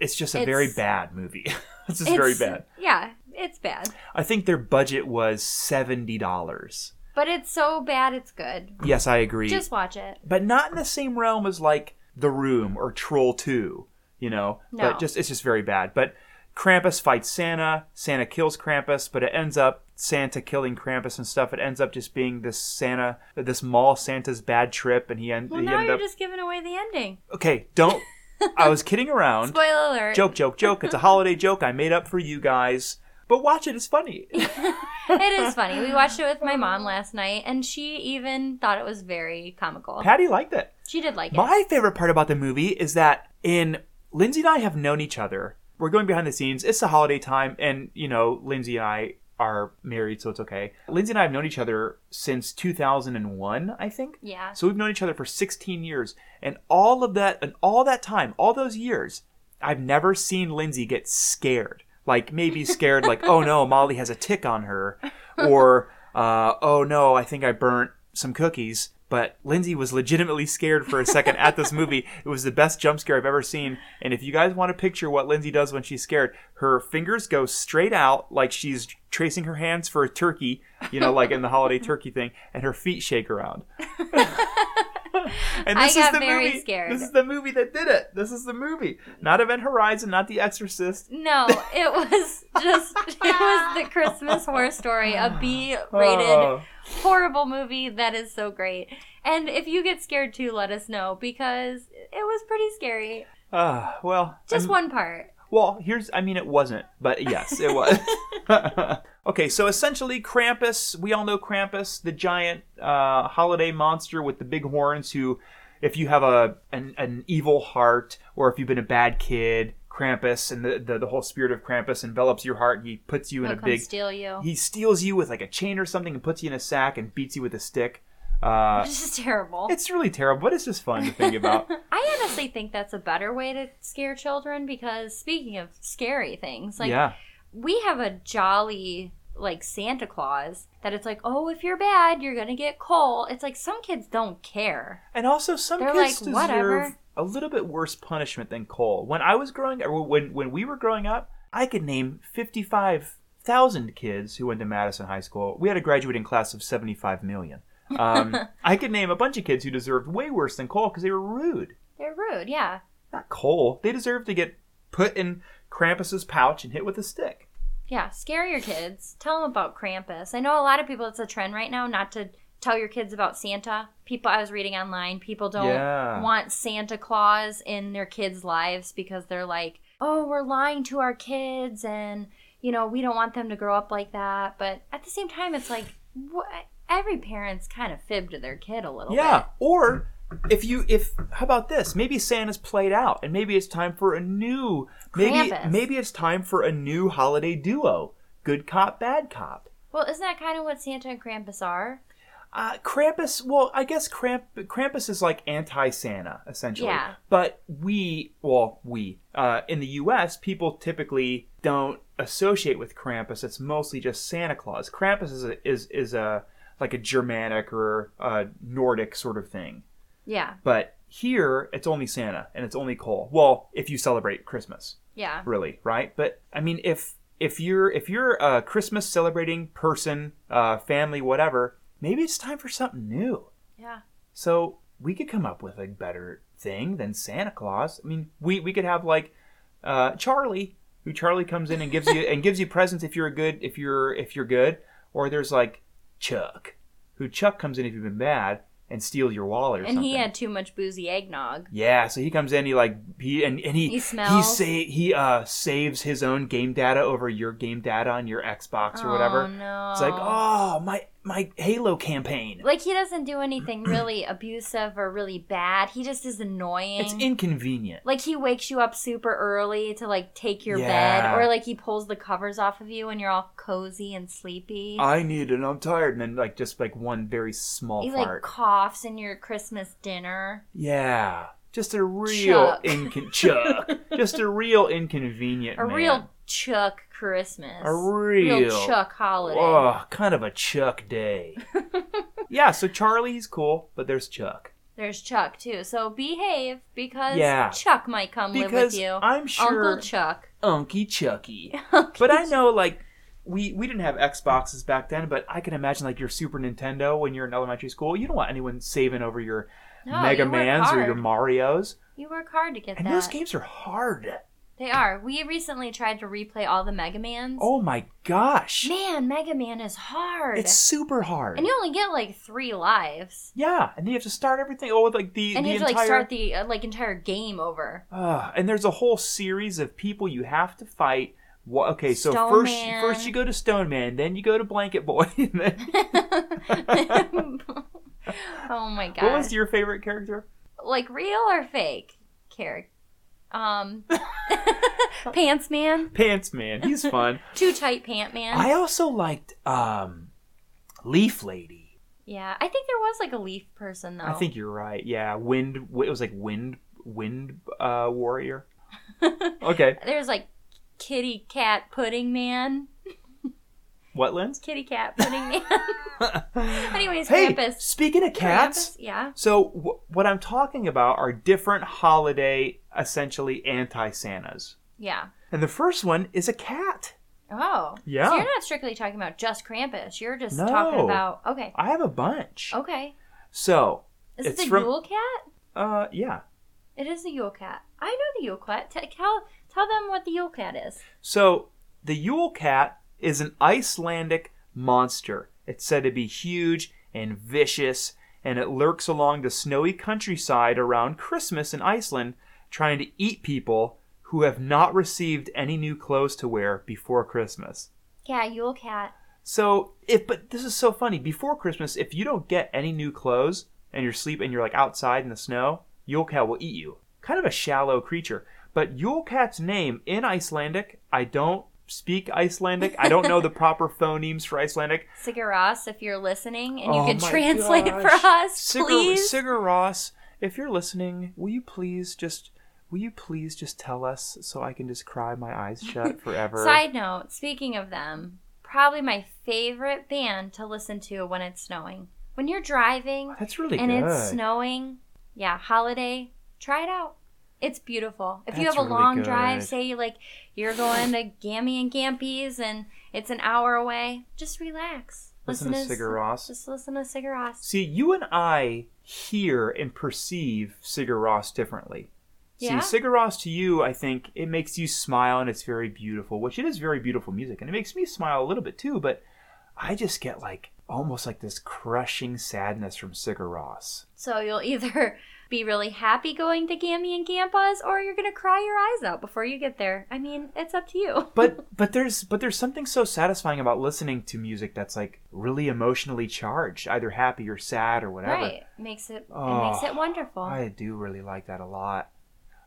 Speaker 1: It's just a very
Speaker 2: It's-
Speaker 1: bad movie. <laughs> it's just very bad.
Speaker 2: Yeah, it's bad.
Speaker 1: I think their budget was $70.
Speaker 2: But it's so bad it's good.
Speaker 1: Yes, I agree.
Speaker 2: Just watch it.
Speaker 1: but not in the same realm as like The Room or Troll 2, you know.
Speaker 2: No.
Speaker 1: But just it's just very bad. But Krampus fights Santa, Santa kills Krampus, but it ends up Santa killing Krampus and stuff. It ends up just being this Santa, this mall Santa's bad trip, and he, end,
Speaker 2: Well,
Speaker 1: he
Speaker 2: now
Speaker 1: ended
Speaker 2: you're
Speaker 1: up.
Speaker 2: just giving away the ending.
Speaker 1: Okay,
Speaker 2: <laughs>
Speaker 1: don't. I was kidding around.
Speaker 2: Spoiler alert.
Speaker 1: Joke, joke, joke. It's a holiday joke I made up for you guys. But watch it; it's
Speaker 2: <laughs>
Speaker 1: funny.
Speaker 2: <laughs> It is funny. We watched it with my
Speaker 1: <laughs>
Speaker 2: mom last night, and she even thought it was very comical.
Speaker 1: Patty liked it.
Speaker 2: She did like it.
Speaker 1: My favorite part about the movie is that in Lindsay and I have known each other. We're going behind the scenes. It's the holiday time, and you know, Lindsay and I are married, so it's okay. Lindsay and I have known each other since 2001, I think.
Speaker 2: Yeah.
Speaker 1: So we've known each other for 16 years, and all of that, and all that time, all those years, I've never seen Lindsay get scared. Like maybe scared, like oh no, Molly has a tick on her, or uh, oh no, I think I burnt some cookies. But Lindsay was legitimately scared for a second at this movie. It was the best jump scare I've ever seen. And if you guys want to picture what Lindsay does when she's scared, her fingers go straight out like she's tracing her hands for a turkey, you know, like in the holiday turkey thing, and her feet shake around. and
Speaker 2: I
Speaker 1: this is
Speaker 2: got
Speaker 1: the
Speaker 2: very
Speaker 1: movie.
Speaker 2: scared.
Speaker 1: This is the movie that did it. This is the movie. Not Event Horizon, not The Exorcist.
Speaker 2: No, it was just it was the Christmas horror
Speaker 1: <sighs>
Speaker 2: story, a B-rated
Speaker 1: Oh.
Speaker 2: horrible movie that is so great. And if you get scared too, let us know because it was pretty scary.
Speaker 1: Ah, well,
Speaker 2: Just
Speaker 1: I'm-
Speaker 2: one part.
Speaker 1: Well, here's I mean it wasn't, but yes, it was.
Speaker 2: <laughs>
Speaker 1: <laughs> okay, so essentially Krampus, we all know Krampus, the giant uh, holiday monster with the big horns who if you have a an, an evil heart or if you've been a bad kid, Krampus and the, the, the whole spirit of Krampus envelops your heart and he puts you in
Speaker 2: He'll
Speaker 1: a
Speaker 2: come
Speaker 1: big
Speaker 2: steal <laughs> you.
Speaker 1: he steals you with like a chain or something and puts you in a sack and beats you with a stick.
Speaker 2: <laughs>
Speaker 1: Uh,
Speaker 2: This is terrible.
Speaker 1: it's really terrible, but it's just fun to think about.
Speaker 2: <laughs> I honestly think that's a better way to scare children because speaking of scary things, like
Speaker 1: yeah.
Speaker 2: we have a jolly like Santa Claus that it's like, oh, if you're bad, you're gonna get coal. It's like some kids don't care.
Speaker 1: And also, some
Speaker 2: They're
Speaker 1: kids
Speaker 2: like,
Speaker 1: deserve
Speaker 2: "Whatever."
Speaker 1: a little bit worse punishment than coal. When I was growing, or when when we were growing up, I could name fifty-five thousand kids who went to Madison High School. We had a graduating class of seventy-five million.
Speaker 2: <laughs>
Speaker 1: Um, I could name a bunch of kids who deserved way worse than coal because they were rude.
Speaker 2: They're rude, yeah.
Speaker 1: Not coal. They deserved to get put in Krampus's pouch and hit with a stick.
Speaker 2: Yeah, scare your kids. Tell them about Krampus. I know a lot of people, it's a trend right now not to tell your kids about Santa. People, I was reading online, people don't
Speaker 1: Yeah.
Speaker 2: want Santa Claus in their kids' lives because they're like, oh, we're lying to our kids and, you know, we don't want them to grow up like that. But at the same time, it's like, what? Every parent's kind of fib to their kid a little
Speaker 1: Yeah.
Speaker 2: bit.
Speaker 1: Or if you if how about this? Maybe Santa's played out and maybe it's time for a new maybe
Speaker 2: Krampus.
Speaker 1: maybe it's time for a new holiday duo. Good cop, bad cop.
Speaker 2: Well, isn't that kind of what Santa and Krampus are?
Speaker 1: Uh, Krampus, well, I guess Kramp, Krampus is like anti-Santa essentially.
Speaker 2: Yeah.
Speaker 1: But we, well, we uh, in the U.S. people typically don't associate with Krampus. It's mostly just Santa Claus. Krampus is a, is is a like a Germanic or uh Nordic sort of thing.
Speaker 2: Yeah,
Speaker 1: But here, it's only Santa and it's only coal. Well, if you celebrate Christmas,
Speaker 2: yeah.
Speaker 1: really, right? But I mean, if if you're if you're a Christmas celebrating person, uh, family, whatever, maybe it's time for something new.
Speaker 2: Yeah.
Speaker 1: So we could come up with a better thing than Santa Claus. I mean, we we could have like uh, Charlie, who Charlie comes in and gives you and gives you presents if you're a good if you're if you're good, or there's like Chuck, who Chuck comes in if you've been bad and steals your wallet or
Speaker 2: And
Speaker 1: something.
Speaker 2: he had too much boozy eggnog.
Speaker 1: Yeah, so he comes in, he like he and, and he
Speaker 2: He smells.
Speaker 1: sa- he uh saves his own game data over your game data on your Xbox or
Speaker 2: Oh,
Speaker 1: whatever.
Speaker 2: no.
Speaker 1: It's like, oh my my Halo campaign.
Speaker 2: Like he doesn't do anything really <clears throat> abusive or really bad. He just is annoying.
Speaker 1: It's inconvenient.
Speaker 2: like he wakes you up super early to like take your
Speaker 1: Yeah.
Speaker 2: bed, or like he pulls the covers off of you and you're all cozy and sleepy.
Speaker 1: I need it. I'm tired, and then like just like one very small
Speaker 2: he like
Speaker 1: fart.
Speaker 2: coughs in your Christmas dinner.
Speaker 1: yeah, just a real
Speaker 2: Chuck.
Speaker 1: incon Chuck.
Speaker 2: <laughs>
Speaker 1: just a real inconvenient.
Speaker 2: A
Speaker 1: man.
Speaker 2: real Chuck Christmas.
Speaker 1: A real-
Speaker 2: Chuck holiday.
Speaker 1: Oh, kind of a Chuck
Speaker 2: <laughs>
Speaker 1: day. yeah, so Charlie, he's cool, but there's Chuck.
Speaker 2: There's Chuck too. So behave because
Speaker 1: Yeah.
Speaker 2: Chuck might come live
Speaker 1: Because
Speaker 2: with you.
Speaker 1: I'm sure
Speaker 2: Uncle Chuck. <laughs>
Speaker 1: Unky Chucky. But I know, like, we we didn't have Xboxes back then, but I can imagine, like, your Super Nintendo when you're in elementary school. You don't want anyone saving over your
Speaker 2: No,
Speaker 1: Mega
Speaker 2: you work
Speaker 1: Mans or
Speaker 2: hard.
Speaker 1: your Marios.
Speaker 2: You work hard to get
Speaker 1: And
Speaker 2: that.
Speaker 1: those games are hard.
Speaker 2: They are. We recently tried to replay all the Mega Mans.
Speaker 1: Oh my gosh.
Speaker 2: Man, Mega Man is hard.
Speaker 1: It's super hard.
Speaker 2: and you only get like three lives,
Speaker 1: yeah, and then you have to start everything. Oh, with, like the
Speaker 2: and
Speaker 1: the
Speaker 2: you have
Speaker 1: entire.
Speaker 2: to like start the uh, like entire
Speaker 1: <laughs>
Speaker 2: game over. <laughs>
Speaker 1: Ugh, and there's a whole series of people you have to fight. Wha- Okay, so
Speaker 2: Stone
Speaker 1: first
Speaker 2: Man.
Speaker 1: first you go to Stone Man, then you go to Blanket Boy. <laughs> and then-
Speaker 2: oh my god!
Speaker 1: what was your favorite character?
Speaker 2: like real or fake character? Um, <laughs> Pants Man,
Speaker 1: Pants Man. He's fun.
Speaker 2: too tight Pant Man.
Speaker 1: I also liked um, Leaf Lady.
Speaker 2: yeah, I think there was like a leaf person though.
Speaker 1: I think you're right. Yeah, Wind. It was like Wind Wind uh, Warrior. okay,
Speaker 2: <laughs> there's like Kitty Cat Pudding Man, <laughs>
Speaker 1: wetlands.
Speaker 2: Kitty
Speaker 1: <laughs>
Speaker 2: Cat Pudding Man. Anyways,
Speaker 1: Hey,
Speaker 2: Krampus.
Speaker 1: speaking of cats,
Speaker 2: Krampus, Yeah.
Speaker 1: so w- what I'm talking about are different holiday, essentially anti Santas,
Speaker 2: Yeah.
Speaker 1: and the first one is a cat.
Speaker 2: Oh.
Speaker 1: Yeah.
Speaker 2: So you're not strictly talking about just Krampus. You're just
Speaker 1: No.
Speaker 2: talking about okay.
Speaker 1: I have a bunch.
Speaker 2: Okay.
Speaker 1: So
Speaker 2: Is
Speaker 1: It's
Speaker 2: it the
Speaker 1: from-
Speaker 2: Yule Cat?
Speaker 1: Uh, yeah.
Speaker 2: It is the Yule Cat. I know the Yule Cat. T- tell, tell them what the Yule Cat is.
Speaker 1: So the Yule Cat is an Icelandic monster. It's said to be huge and vicious, and it lurks along the snowy countryside around Christmas in Iceland, trying to eat people who have not received any new clothes to wear before Christmas.
Speaker 2: Yeah, Yule Cat.
Speaker 1: So if but this is so funny, before Christmas, if you don't get any new clothes and you're sleeping and you're like outside in the snow, Yule Cat will eat you. Kind of a shallow creature. But Yule Cat's name in Icelandic, I don't speak Icelandic. I don't
Speaker 2: <laughs>
Speaker 1: know the proper phonemes for Icelandic.
Speaker 2: Sigur Rós, if you're listening and you
Speaker 1: Oh
Speaker 2: can
Speaker 1: my
Speaker 2: translate
Speaker 1: gosh.
Speaker 2: for us,
Speaker 1: Sigur,
Speaker 2: please.
Speaker 1: Sigur Ross, if you're listening, will you please just will you please just tell us so I can just cry my eyes
Speaker 2: <laughs>
Speaker 1: shut forever?
Speaker 2: Side note, speaking of them, probably my favorite band to listen to when it's snowing. When you're driving
Speaker 1: That's really
Speaker 2: and
Speaker 1: good.
Speaker 2: it's snowing, yeah, holiday, try it out. It's beautiful. If you
Speaker 1: That's
Speaker 2: have a
Speaker 1: really
Speaker 2: long
Speaker 1: good.
Speaker 2: drive, say you like you're going to Gammy and Gampies and it's an hour away, just relax.
Speaker 1: Listen, to Sigur Ross.
Speaker 2: Just listen to Sigur Rós.
Speaker 1: See, you and I hear and perceive Sigur Rós differently.
Speaker 2: Yeah.
Speaker 1: See, Sigur Rós to you, I think it makes you smile and it's very beautiful, which it is very beautiful music, and it makes me smile a little bit too. But I just get like almost like this crushing sadness from Sigur Rós.
Speaker 2: So you'll either <laughs> be really happy going to Gammy and Gampas or you're going to cry your eyes out before you get there. I mean, it's up to you.
Speaker 1: But but there's but there's something so satisfying about listening to music that's like really emotionally charged, either happy or sad or whatever.
Speaker 2: <laughs> Right. Makes it it
Speaker 1: Oh,
Speaker 2: makes it wonderful.
Speaker 1: I do really like that a lot.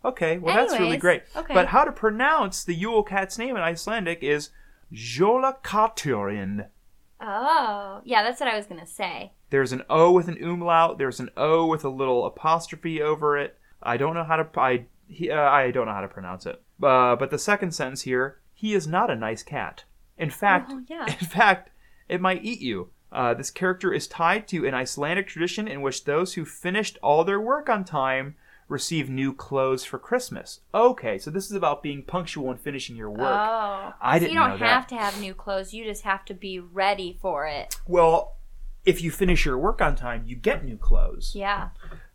Speaker 1: Okay, well that's really
Speaker 2: Anyways,
Speaker 1: great.
Speaker 2: okay.
Speaker 1: But how to pronounce the Yule cat's name in Icelandic is Jolakaturin.
Speaker 2: Oh. Yeah, that's what I was gonna say.
Speaker 1: There's an O with an umlaut. There's an O with a little apostrophe over it. I don't know how to I he, uh, I don't know how to pronounce it. Uh, but the second sentence here, he is not a nice cat. In fact,
Speaker 2: Oh, yeah.
Speaker 1: in fact, it might eat you. Uh, this character is tied to an Icelandic tradition in which those who finished all their work on time receive new clothes for Christmas. Okay, so this is about being punctual and finishing your work.
Speaker 2: Oh.
Speaker 1: I
Speaker 2: so
Speaker 1: didn't
Speaker 2: you don't
Speaker 1: know that.
Speaker 2: have to have new clothes, you just have to be ready for it.
Speaker 1: well, if you finish your work on time, you get new clothes.
Speaker 2: Yeah.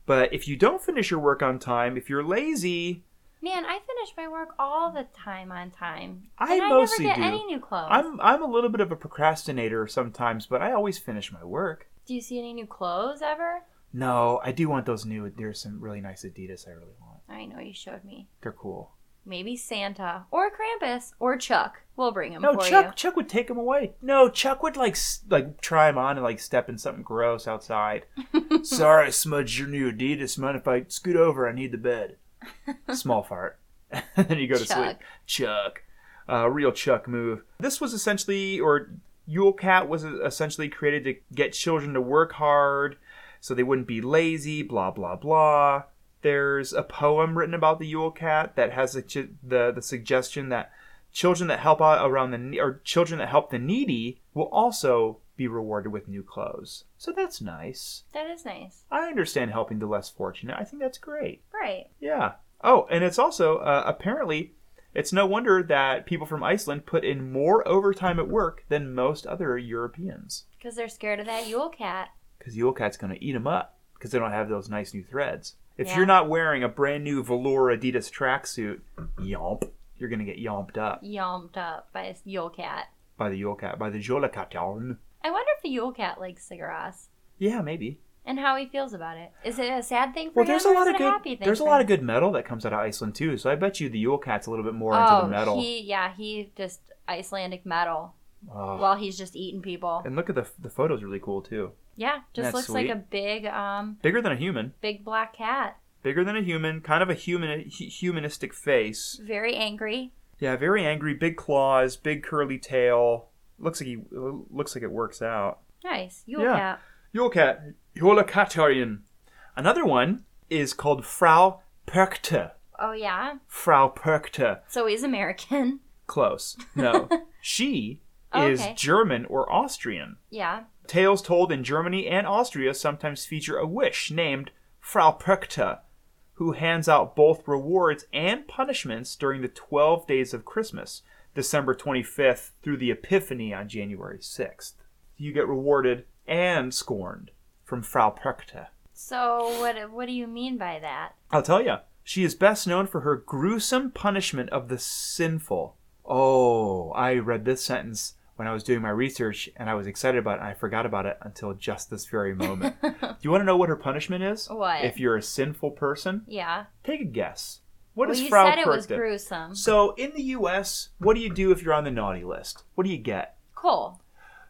Speaker 1: But if you don't finish your work on time, if you're lazy,
Speaker 2: Man, I finish my work all the time on time.
Speaker 1: I
Speaker 2: and I
Speaker 1: mostly
Speaker 2: never get
Speaker 1: do.
Speaker 2: any new clothes.
Speaker 1: I'm I'm a little bit of a procrastinator sometimes, but I always finish my work.
Speaker 2: Do you see any new clothes ever?
Speaker 1: No, I do want those new. There's some really nice Adidas I really want.
Speaker 2: I know you showed me.
Speaker 1: They're cool.
Speaker 2: Maybe Santa or Krampus or Chuck. We'll bring them
Speaker 1: No,
Speaker 2: for
Speaker 1: Chuck
Speaker 2: you.
Speaker 1: Chuck would take them away. No, Chuck would like s- like try them on and like step in something gross
Speaker 2: <laughs>
Speaker 1: outside. Sorry, I smudged your new Adidas. Mind if I scoot over? I need the bed.
Speaker 2: <laughs>
Speaker 1: Small fart. <laughs> and then you go to
Speaker 2: Chuck.
Speaker 1: sleep. Chuck. Uh, real Chuck move. This was essentially, or Yule Cat was essentially created to get children to work hard so they wouldn't be lazy, blah, blah, blah. There's a poem written about the Yule Cat that has the, chi- the, the suggestion that children that help out around the, ne- or children that help the needy will also be rewarded with new clothes. So that's nice.
Speaker 2: That is nice.
Speaker 1: I understand helping the less fortunate. I think that's great.
Speaker 2: Right.
Speaker 1: Yeah. Oh, and it's also uh, apparently it's no wonder that people from Iceland put in more overtime at work than most other Europeans
Speaker 2: Because they're scared of that Yule Cat.
Speaker 1: because Yule Cat's going to eat them up because they don't have those nice new threads. If
Speaker 2: Yeah.
Speaker 1: you're not wearing a brand new velour Adidas tracksuit, yomp, you're going to get yomped up
Speaker 2: Yomped up by a Yule Cat.
Speaker 1: by the Yule Cat, by the Jola Cat.
Speaker 2: I wonder if the Yule Cat likes cigarettes
Speaker 1: Yeah, maybe.
Speaker 2: and how he feels about it. Is it a sad thing for
Speaker 1: Well,
Speaker 2: him
Speaker 1: there's
Speaker 2: or
Speaker 1: a
Speaker 2: is
Speaker 1: lot
Speaker 2: it
Speaker 1: of
Speaker 2: a happy
Speaker 1: good
Speaker 2: thing
Speaker 1: there's a
Speaker 2: for
Speaker 1: lot of
Speaker 2: him?
Speaker 1: good metal that comes out of Iceland too. So I bet you the Yule Cat's a little bit more into the
Speaker 2: Oh,
Speaker 1: metal.
Speaker 2: he yeah, he just Icelandic metal
Speaker 1: Oh.
Speaker 2: while he's just eating people.
Speaker 1: And look at the the photo's really cool too.
Speaker 2: Yeah, just
Speaker 1: That's
Speaker 2: looks
Speaker 1: sweet.
Speaker 2: like a big um
Speaker 1: Bigger than a human.
Speaker 2: big black cat,
Speaker 1: bigger than a human, kind of a human hu- humanistic face.
Speaker 2: very angry.
Speaker 1: Yeah, very angry, big claws, big curly tail. Looks like he looks like it works out.
Speaker 2: Nice Yule
Speaker 1: Yeah.
Speaker 2: Cat.
Speaker 1: Yule cat, Yule Katarian. Another one is called Frau Perkte.
Speaker 2: Oh yeah,
Speaker 1: Frau Perkte.
Speaker 2: so he's American. <laughs>
Speaker 1: Close. No. she is
Speaker 2: Okay.
Speaker 1: German or Austrian.
Speaker 2: Yeah,
Speaker 1: Tales told in Germany and Austria sometimes feature a witch named Frau Pöchte, who hands out both rewards and punishments during the 12 days of Christmas, December 25th through the Epiphany on January 6th. You get rewarded and scorned from Frau Pöchte.
Speaker 2: So what what do you mean by that?
Speaker 1: I'll tell you. She is best known for her gruesome punishment of the sinful. Oh, I read this sentence when I was doing my research and I was excited about it and I forgot about it until just this very moment.
Speaker 2: <laughs>
Speaker 1: Do you want to know what her punishment is?
Speaker 2: What?
Speaker 1: If you're a sinful person,
Speaker 2: Yeah.
Speaker 1: take a guess. What
Speaker 2: well,
Speaker 1: is
Speaker 2: you
Speaker 1: Frau
Speaker 2: said it was
Speaker 1: Kirkte?
Speaker 2: gruesome.
Speaker 1: So in the US, what do you do if you're on the naughty list? What do you get?
Speaker 2: Coal.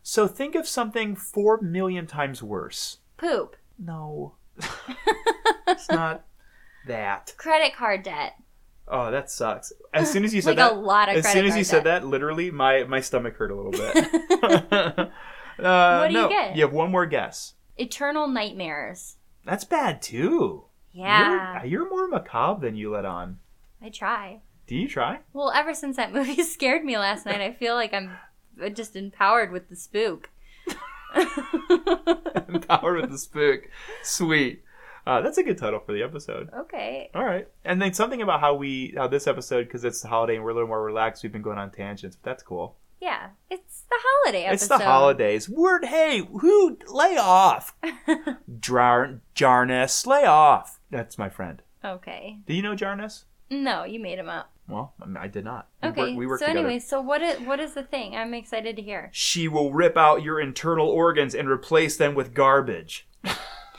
Speaker 1: So think of something 4 million times worse.
Speaker 2: Poop.
Speaker 1: No. <laughs> it's not that.
Speaker 2: Credit card debt.
Speaker 1: Oh, that sucks. As soon as
Speaker 2: <laughs>
Speaker 1: you said
Speaker 2: Like
Speaker 1: that,
Speaker 2: a lot of
Speaker 1: as
Speaker 2: credit
Speaker 1: soon as you
Speaker 2: card
Speaker 1: said that, literally my my stomach hurt a little
Speaker 2: <laughs>
Speaker 1: bit. <laughs> uh,
Speaker 2: What do you
Speaker 1: no,
Speaker 2: get?
Speaker 1: You have one more guess.
Speaker 2: Eternal nightmares.
Speaker 1: That's bad too.
Speaker 2: Yeah.
Speaker 1: You're, you're more macabre than you let on.
Speaker 2: I try.
Speaker 1: Do you try? <laughs>
Speaker 2: Well, ever since that movie <laughs> scared me last night, I feel like I'm uh, just empowered with
Speaker 1: <laughs>
Speaker 2: the spook.
Speaker 1: Empowered with the spook. Sweet. Uh, that's a good title for the episode.
Speaker 2: okay.
Speaker 1: All right, and then something about how we how this episode because it's the holiday and we're a little more relaxed. We've been going on tangents, but that's cool.
Speaker 2: Yeah. It's the holiday episode.
Speaker 1: It's the holidays. Word, hey, who lay
Speaker 2: <laughs>
Speaker 1: off? Drar- Jarness, lay off. That's my friend.
Speaker 2: Okay.
Speaker 1: Do you know Jarness?
Speaker 2: No, you made him up.
Speaker 1: Well, I, mean, I did not. We
Speaker 2: Okay.
Speaker 1: worked- we worked
Speaker 2: so
Speaker 1: together.
Speaker 2: anyway, so what is what is the thing? I'm excited to hear.
Speaker 1: She will rip out your internal organs and replace them with garbage.
Speaker 2: <laughs>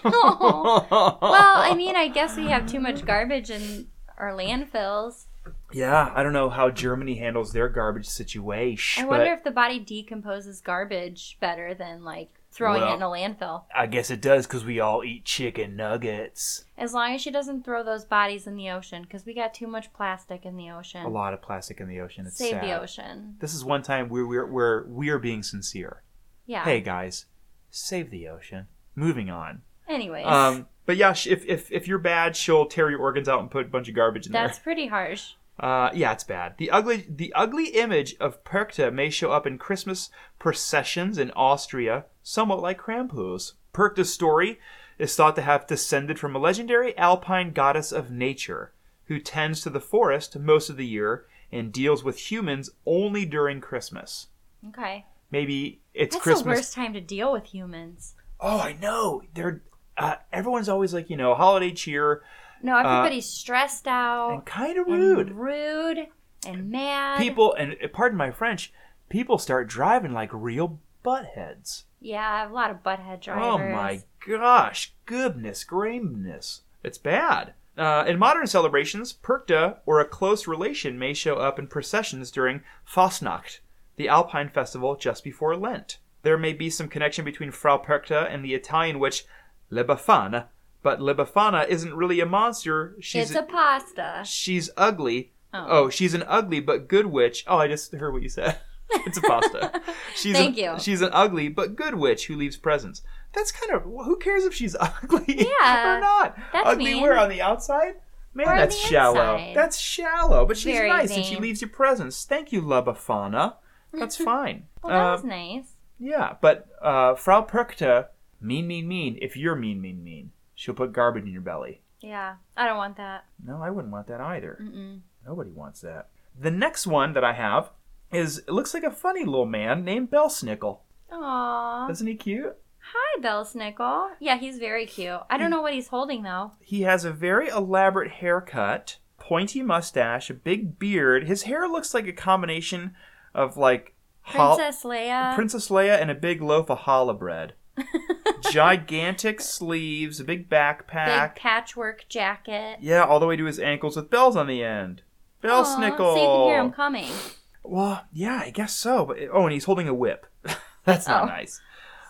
Speaker 2: Oh.
Speaker 1: well,
Speaker 2: well, I mean, I guess we have too much garbage in our landfills.
Speaker 1: yeah, I don't know how Germany handles their garbage situation.
Speaker 2: I
Speaker 1: but-
Speaker 2: wonder if the body decomposes garbage better than like throwing
Speaker 1: Well-
Speaker 2: it in a landfill.
Speaker 1: I guess it does because we all eat chicken nuggets.
Speaker 2: As long as she doesn't throw those bodies in the ocean, because we got too much plastic in the ocean.
Speaker 1: A lot of plastic in the ocean. It's
Speaker 2: Save
Speaker 1: sad.
Speaker 2: the ocean.
Speaker 1: This is one time where we're we're we're being sincere.
Speaker 2: Yeah.
Speaker 1: Hey guys, save the ocean. Moving on.
Speaker 2: Anyways,
Speaker 1: Um, but yeah, sh- if, if if you're bad, she'll tear your organs out and put a bunch of garbage in
Speaker 2: that's pretty harsh.
Speaker 1: there. Uh, yeah, it's bad. The ugly the ugly image of Perkta may show up in Christmas processions in Austria, somewhat like Krampus. Perkta's story is thought to have descended from a legendary alpine goddess of nature who tends to the forest most of the year and deals with humans only during Christmas.
Speaker 2: Okay.
Speaker 1: Maybe it's
Speaker 2: That's the
Speaker 1: Christmas
Speaker 2: worst time to deal with humans.
Speaker 1: Oh, I know. They're uh, everyone's always like you know holiday cheer
Speaker 2: No, everybody's stressed
Speaker 1: Uh, and
Speaker 2: out
Speaker 1: kind of
Speaker 2: Oh, and
Speaker 1: rude.
Speaker 2: rude and mad.
Speaker 1: People and uh, pardon my French, people start driving like real buttheads.
Speaker 2: Yeah, I have a lot of butthead
Speaker 1: Oh
Speaker 2: drivers.
Speaker 1: my gosh, goodness, gramness. It's bad. Uh, in modern celebrations, Perkta or a close relation may show up in processions during Fastnacht, the Alpine festival just before Lent. There may be some connection between Frau Perkta and the Italian witch Lebafana, but Lebafana isn't really a monster. She's
Speaker 2: It's a pasta.
Speaker 1: she's ugly.
Speaker 2: Oh.
Speaker 1: Oh, she's an ugly but good witch. Oh, I just heard what you said. <laughs> it's a
Speaker 2: <laughs>
Speaker 1: pasta. She's
Speaker 2: Thank
Speaker 1: an-
Speaker 2: you.
Speaker 1: She's an ugly but good witch who leaves presents. That's kind of who cares if she's <laughs> ugly
Speaker 2: Yeah,
Speaker 1: or not.
Speaker 2: that's
Speaker 1: ugly
Speaker 2: mean.
Speaker 1: where on the outside. Man,
Speaker 2: Or on
Speaker 1: that's
Speaker 2: the
Speaker 1: shallow.
Speaker 2: inside.
Speaker 1: That's shallow, but she's
Speaker 2: Very
Speaker 1: nice and she
Speaker 2: vain.
Speaker 1: leaves you presents. Thank you, Labafana.
Speaker 2: <laughs>
Speaker 1: That's fine.
Speaker 2: Well, that
Speaker 1: Uh,
Speaker 2: was nice.
Speaker 1: yeah, but uh, Frau Perkta, mean, mean, mean. If you're mean, mean, mean, she'll put garbage in your belly.
Speaker 2: Yeah, I don't want that.
Speaker 1: No, I wouldn't want that either.
Speaker 2: Mm-mm.
Speaker 1: Nobody wants that. The next one that I have is it looks like a funny little man named Belsnickel.
Speaker 2: Aww.
Speaker 1: Isn't he cute?
Speaker 2: Hi, Belsnickel. Yeah, he's very cute. I
Speaker 1: Hmm.
Speaker 2: don't know what he's holding though.
Speaker 1: He has a very elaborate haircut, pointy mustache, a big beard. His hair looks like a combination of like hol-
Speaker 2: Princess Leia.
Speaker 1: Princess Leia and a big loaf of challah
Speaker 2: <laughs>
Speaker 1: bread. Gigantic sleeves, a big backpack.
Speaker 2: Big patchwork jacket.
Speaker 1: yeah, all the way to his ankles with bells on the end.
Speaker 2: Aw,
Speaker 1: Belsnickel.
Speaker 2: So you can hear him coming.
Speaker 1: Well, yeah, I guess so. But oh, and he's holding a whip. <laughs> That's not
Speaker 2: Oh.
Speaker 1: nice.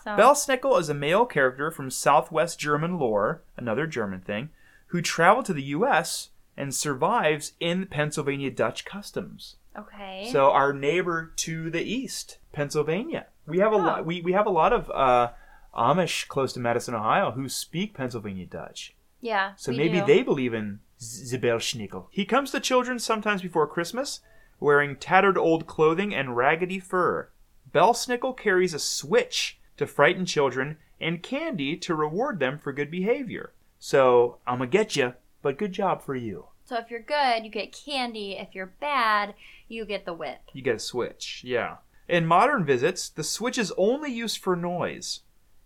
Speaker 2: So.
Speaker 1: Belsnickel is a male character from Southwest German lore, another German thing, who traveled to the U.S. and survives in Pennsylvania Dutch customs.
Speaker 2: okay.
Speaker 1: So our neighbor to the east, Pennsylvania. We have a
Speaker 2: Oh.
Speaker 1: lot. We, we have a lot of uh, Amish close to Madison, Ohio, who speak Pennsylvania Dutch.
Speaker 2: yeah.
Speaker 1: So
Speaker 2: we
Speaker 1: maybe
Speaker 2: do.
Speaker 1: they believe in Z- the Belsnickel. He comes to children sometimes before Christmas, wearing tattered old clothing and raggedy fur. Belsnickel carries a switch to frighten children and candy to reward them for good behavior. So I'm gonna get you, but good job for you.
Speaker 2: So if you're good, you get candy. If you're bad, you get the whip.
Speaker 1: You get a switch, yeah. In modern visits, the switch is only used for noise.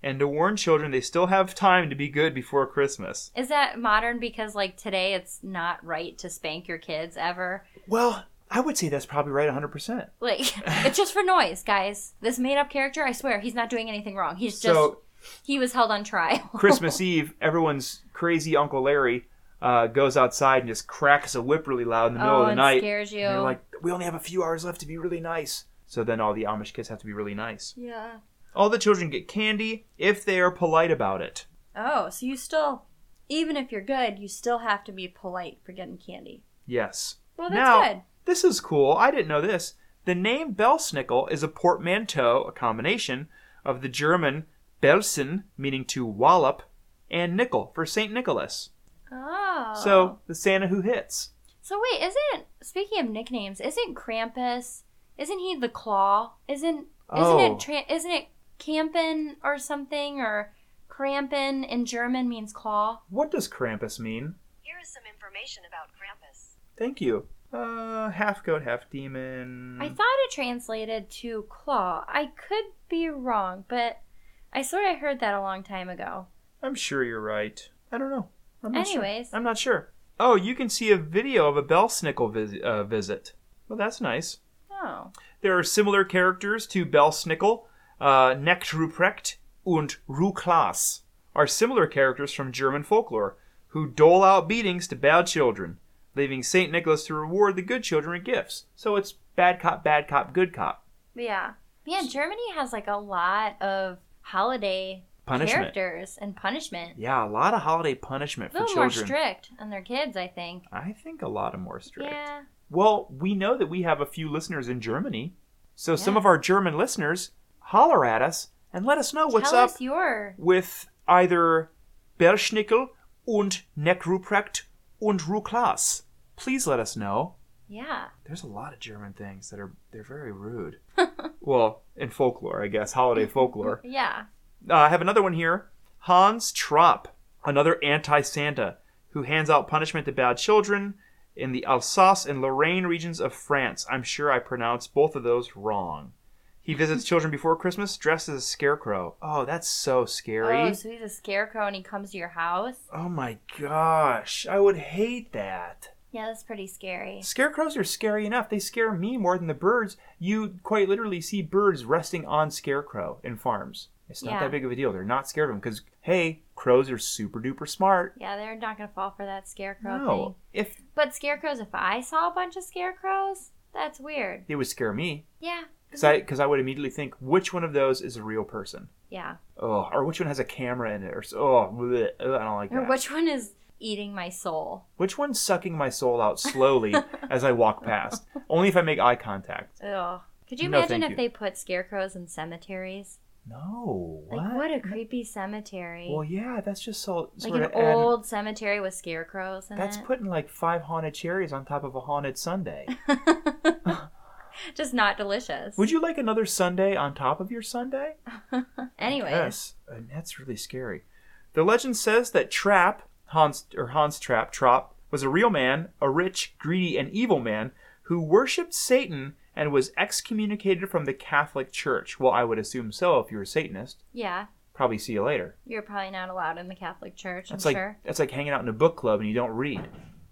Speaker 1: and to warn children they still have time to be good before Christmas.
Speaker 2: Is that modern because like today it's not right to spank your kids ever?
Speaker 1: Well, I would say that's probably right 100%. <laughs>
Speaker 2: Like it's just for noise, guys. This made up character, I swear, he's not doing anything wrong. He's just
Speaker 1: So-
Speaker 2: he was held on trial.
Speaker 1: <laughs> Christmas Eve, everyone's crazy Uncle Larry uh, goes outside and just cracks a whip really loud in the middle
Speaker 2: oh,
Speaker 1: of the
Speaker 2: and
Speaker 1: night.
Speaker 2: scares you.
Speaker 1: And they're like, we only have a few hours left to be really nice. So then all the Amish kids have to be really nice.
Speaker 2: yeah.
Speaker 1: All the children get candy if they are polite about it.
Speaker 2: Oh, so you still even if you're good, you still have to be polite for getting candy.
Speaker 1: Yes.
Speaker 2: Well, that's
Speaker 1: Now-
Speaker 2: good.
Speaker 1: This is cool. I didn't know this. The name Belsnickel is a portmanteau, a combination of the German Belsen, meaning to wallop, and nickel for St. Nicholas.
Speaker 2: Oh.
Speaker 1: So the Santa who hits.
Speaker 2: So wait, isn't speaking of nicknames, isn't Krampus? Isn't he the Claw? Isn't isn't
Speaker 1: Oh.
Speaker 2: it tra- isn't it Kampen or something or Krampen in German means claw?
Speaker 1: What does Krampus mean?
Speaker 3: Here is some information about Krampus.
Speaker 1: Thank you. Uh, half goat, half demon.
Speaker 2: I thought it translated to claw. I could be wrong, but I sort of heard that a long time ago.
Speaker 1: I'm sure you're right. I don't know. I'm not sure. Uh.
Speaker 2: Anyways.
Speaker 1: I'm not sure. Oh, you can see a video of a Belsnickel vis- uh, visit. Well, that's nice.
Speaker 2: Oh.
Speaker 1: There are similar characters to Belsnickel. Uh, Knecht Ruprecht und Ruklaas are similar characters from German folklore who dole out beatings to bad children, leaving St. Nicholas to reward the good children with gifts. So it's bad cop, bad cop, good cop.
Speaker 2: Yeah. Yeah, Germany has like a lot of holiday
Speaker 1: Punishment.
Speaker 2: characters and punishment.
Speaker 1: Yeah, a lot of holiday punishment
Speaker 2: A
Speaker 1: for
Speaker 2: little
Speaker 1: children.
Speaker 2: more strict on their kids, I think.
Speaker 1: I think a lot of more strict.
Speaker 2: Yeah.
Speaker 1: Well, we know that we have a few listeners in Germany. So some
Speaker 2: Yeah.
Speaker 1: of our German listeners holler at us and let us know Oh, what's
Speaker 2: Tell
Speaker 1: up
Speaker 2: us your
Speaker 1: with either Berschnickel und Necruprecht und Ruklaas. Please let us know.
Speaker 2: yeah.
Speaker 1: There's a lot of German things that are they're very
Speaker 2: <laughs>
Speaker 1: rude. well, in folklore, I guess, holiday folklore.
Speaker 2: Yeah.
Speaker 1: Uh, I have another one here. Hans Tropp, another anti Santa, who hands out punishment to bad children in the Alsace and Lorraine regions of France. I'm sure I pronounced both of those wrong. He visits children before Christmas dressed as a scarecrow. Oh, that's so scary.
Speaker 2: Oh, so he's a scarecrow and he comes to your house?
Speaker 1: Oh my gosh, I would hate that.
Speaker 2: Yeah, that's pretty scary.
Speaker 1: Scarecrows are scary enough. They scare me more than the birds. You quite literally see birds resting on scarecrow in farms. It's not
Speaker 2: Yeah.
Speaker 1: that big of a deal. They're not scared of them because, hey, crows are super duper smart.
Speaker 2: Yeah, they're not gonna fall for that scarecrow thing.
Speaker 1: No, if
Speaker 2: But scarecrows, if I saw a bunch of scarecrows, that's weird.
Speaker 1: they would scare me
Speaker 2: Yeah.
Speaker 1: because I, cause I would immediately think which one of those is a real person.
Speaker 2: Yeah.
Speaker 1: Oh, or which one has a camera in it, or s- oh, bleh, ugh, I don't like
Speaker 2: Or
Speaker 1: that.
Speaker 2: which one is eating my soul?
Speaker 1: Which one's sucking my soul out
Speaker 2: <laughs>
Speaker 1: slowly as I walk past? Only if I make eye contact.
Speaker 2: Ugh. Could you
Speaker 1: No,
Speaker 2: imagine
Speaker 1: thank
Speaker 2: if
Speaker 1: you.
Speaker 2: they put scarecrows in cemeteries?
Speaker 1: No, what?
Speaker 2: Like what a creepy cemetery.
Speaker 1: Well, yeah, that's just so
Speaker 2: like
Speaker 1: sort
Speaker 2: an
Speaker 1: of adding-
Speaker 2: old cemetery with scarecrows in
Speaker 1: That's
Speaker 2: it.
Speaker 1: putting like five haunted cherries on top of a haunted
Speaker 2: <laughs>
Speaker 1: Sunday. <laughs>
Speaker 2: Just not delicious.
Speaker 1: Would you like another Sunday on top of your Sunday?
Speaker 2: Anyways.
Speaker 1: Yes, and that's really scary. The legend says that Trap Hans or Hans Trap Trop was a real man, a rich, greedy, and evil man who worshipped Satan and was excommunicated from the Catholic Church. Well, I would assume so if you're a Satanist.
Speaker 2: Yeah.
Speaker 1: Probably see you later.
Speaker 2: You're probably not allowed in the Catholic Church, I'm
Speaker 1: That's like
Speaker 2: sure.
Speaker 1: that's like hanging out in a book club and you don't read.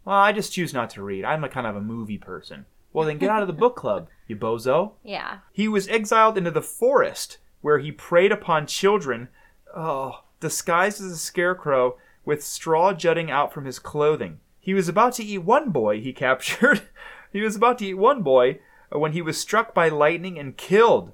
Speaker 1: Well, I just choose not to read. I'm a kind of a movie person. Well, then get out of the book club, you bozo.
Speaker 2: Yeah.
Speaker 1: He was exiled into the forest where he preyed upon children, oh, disguised as a scarecrow with straw jutting out from his clothing. He was about to eat one boy he <laughs> captured. he was about to eat one boy when he was struck by lightning and killed,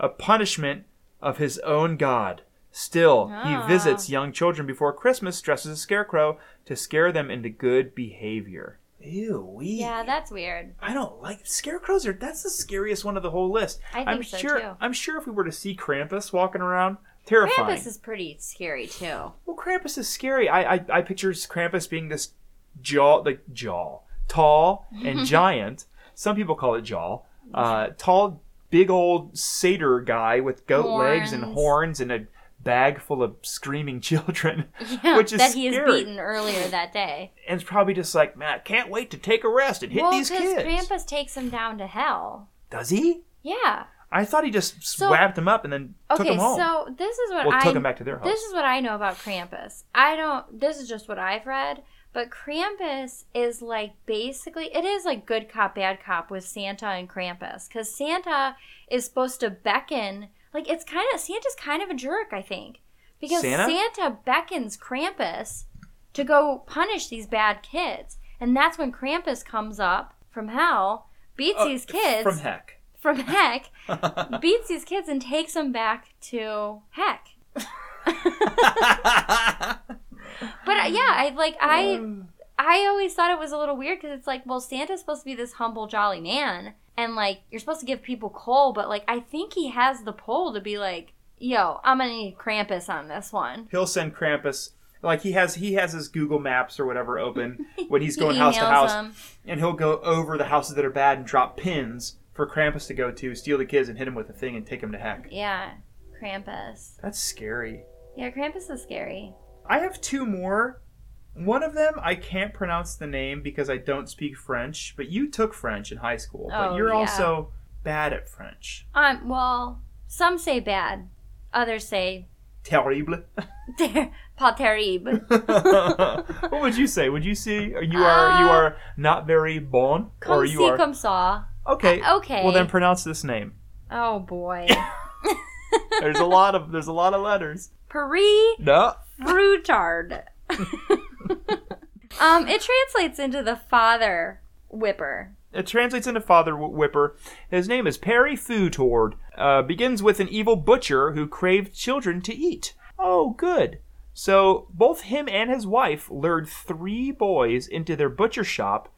Speaker 1: a punishment of his own god. Still,
Speaker 2: Ah.
Speaker 1: he visits young children before Christmas dressed as a scarecrow to scare them into good behavior. Ew, wee.
Speaker 2: Yeah, that's weird.
Speaker 1: I don't like scarecrows. Are that's the scariest one of the whole list.
Speaker 2: I think
Speaker 1: am
Speaker 2: so,
Speaker 1: sure.
Speaker 2: too.
Speaker 1: I'm sure if we were to see Krampus walking around, terrifying.
Speaker 2: Krampus is pretty scary too. <laughs>
Speaker 1: well, Krampus is scary. I, I I picture Krampus being this jaw, like jaw, tall
Speaker 2: <laughs>
Speaker 1: and giant. Some people call it jaw. Uh, tall, big old satyr guy with goat legs and
Speaker 2: Horns.
Speaker 1: horns and a bag full of screaming <laughs> children,
Speaker 2: Yeah,
Speaker 1: which is
Speaker 2: that
Speaker 1: scary.
Speaker 2: he is beaten earlier that day.
Speaker 1: And it's probably just like, man, I can't wait to take a rest and hit
Speaker 2: well,
Speaker 1: these
Speaker 2: because
Speaker 1: kids.
Speaker 2: Krampus takes him down to hell.
Speaker 1: Does he?
Speaker 2: Yeah,
Speaker 1: I thought he just
Speaker 2: So-
Speaker 1: swabbed him up and then took
Speaker 2: Okay,
Speaker 1: him home.
Speaker 2: so this is what
Speaker 1: well,
Speaker 2: I
Speaker 1: took him back to their house.
Speaker 2: This is what I know about Krampus. I don't. This is just what I've read. But Krampus is like basically it is like good cop bad cop with Santa and Krampus because Santa is supposed to beckon. Like it's kind of Santa's kind of a jerk, I think, because
Speaker 1: Santa?
Speaker 2: Santa beckons Krampus to go punish these bad kids, and that's when Krampus comes up from hell, beats
Speaker 1: Uh,
Speaker 2: these kids
Speaker 1: from heck.
Speaker 2: from heck beats these kids and takes them back to
Speaker 1: <laughs>
Speaker 2: heck. But uh, yeah, I like <laughs> I I always thought it was a little weird because it's like, well, Santa's supposed to be this humble, jolly man, and like you're supposed to give people coal, but like I think he has the pull to be like, yo, I'm gonna need Krampus on this one.
Speaker 1: <laughs> He'll send Krampus. Like he has, he has his Google Maps or whatever
Speaker 2: <laughs>
Speaker 1: open when he's
Speaker 2: He
Speaker 1: going house to house,
Speaker 2: them.
Speaker 1: and he'll go over the houses that are bad and drop pins for Krampus to go to, steal the kids, and hit him with a thing and take him to heck.
Speaker 2: Yeah, Krampus.
Speaker 1: That's scary.
Speaker 2: Yeah, Krampus is scary.
Speaker 1: I have two more. One of them I can't pronounce the name because I don't speak French, but you took French in high school, but
Speaker 2: Oh,
Speaker 1: you're
Speaker 2: yeah.
Speaker 1: also bad at French.
Speaker 2: Um, well, some say bad, others say <laughs>
Speaker 1: Terrible. <laughs>
Speaker 2: pas terrible.
Speaker 1: what would you say? Would you say you are you
Speaker 2: Uh,
Speaker 1: are not very bon,
Speaker 2: Come
Speaker 1: or
Speaker 2: see,
Speaker 1: you are
Speaker 2: come saw.
Speaker 1: okay?
Speaker 2: Uh, okay.
Speaker 1: Well, then pronounce this name. <laughs>
Speaker 2: Oh boy.
Speaker 1: There's a lot of there's a lot of letters.
Speaker 2: Paris
Speaker 1: No.
Speaker 2: Brutard. <laughs> um, it translates into the father whipper.
Speaker 1: It translates into Father Wh- Whipper. His name is Perry Futord. Uh, begins with an evil butcher who craved children to eat. Oh, good. So both him and his wife lured three boys into their butcher shop,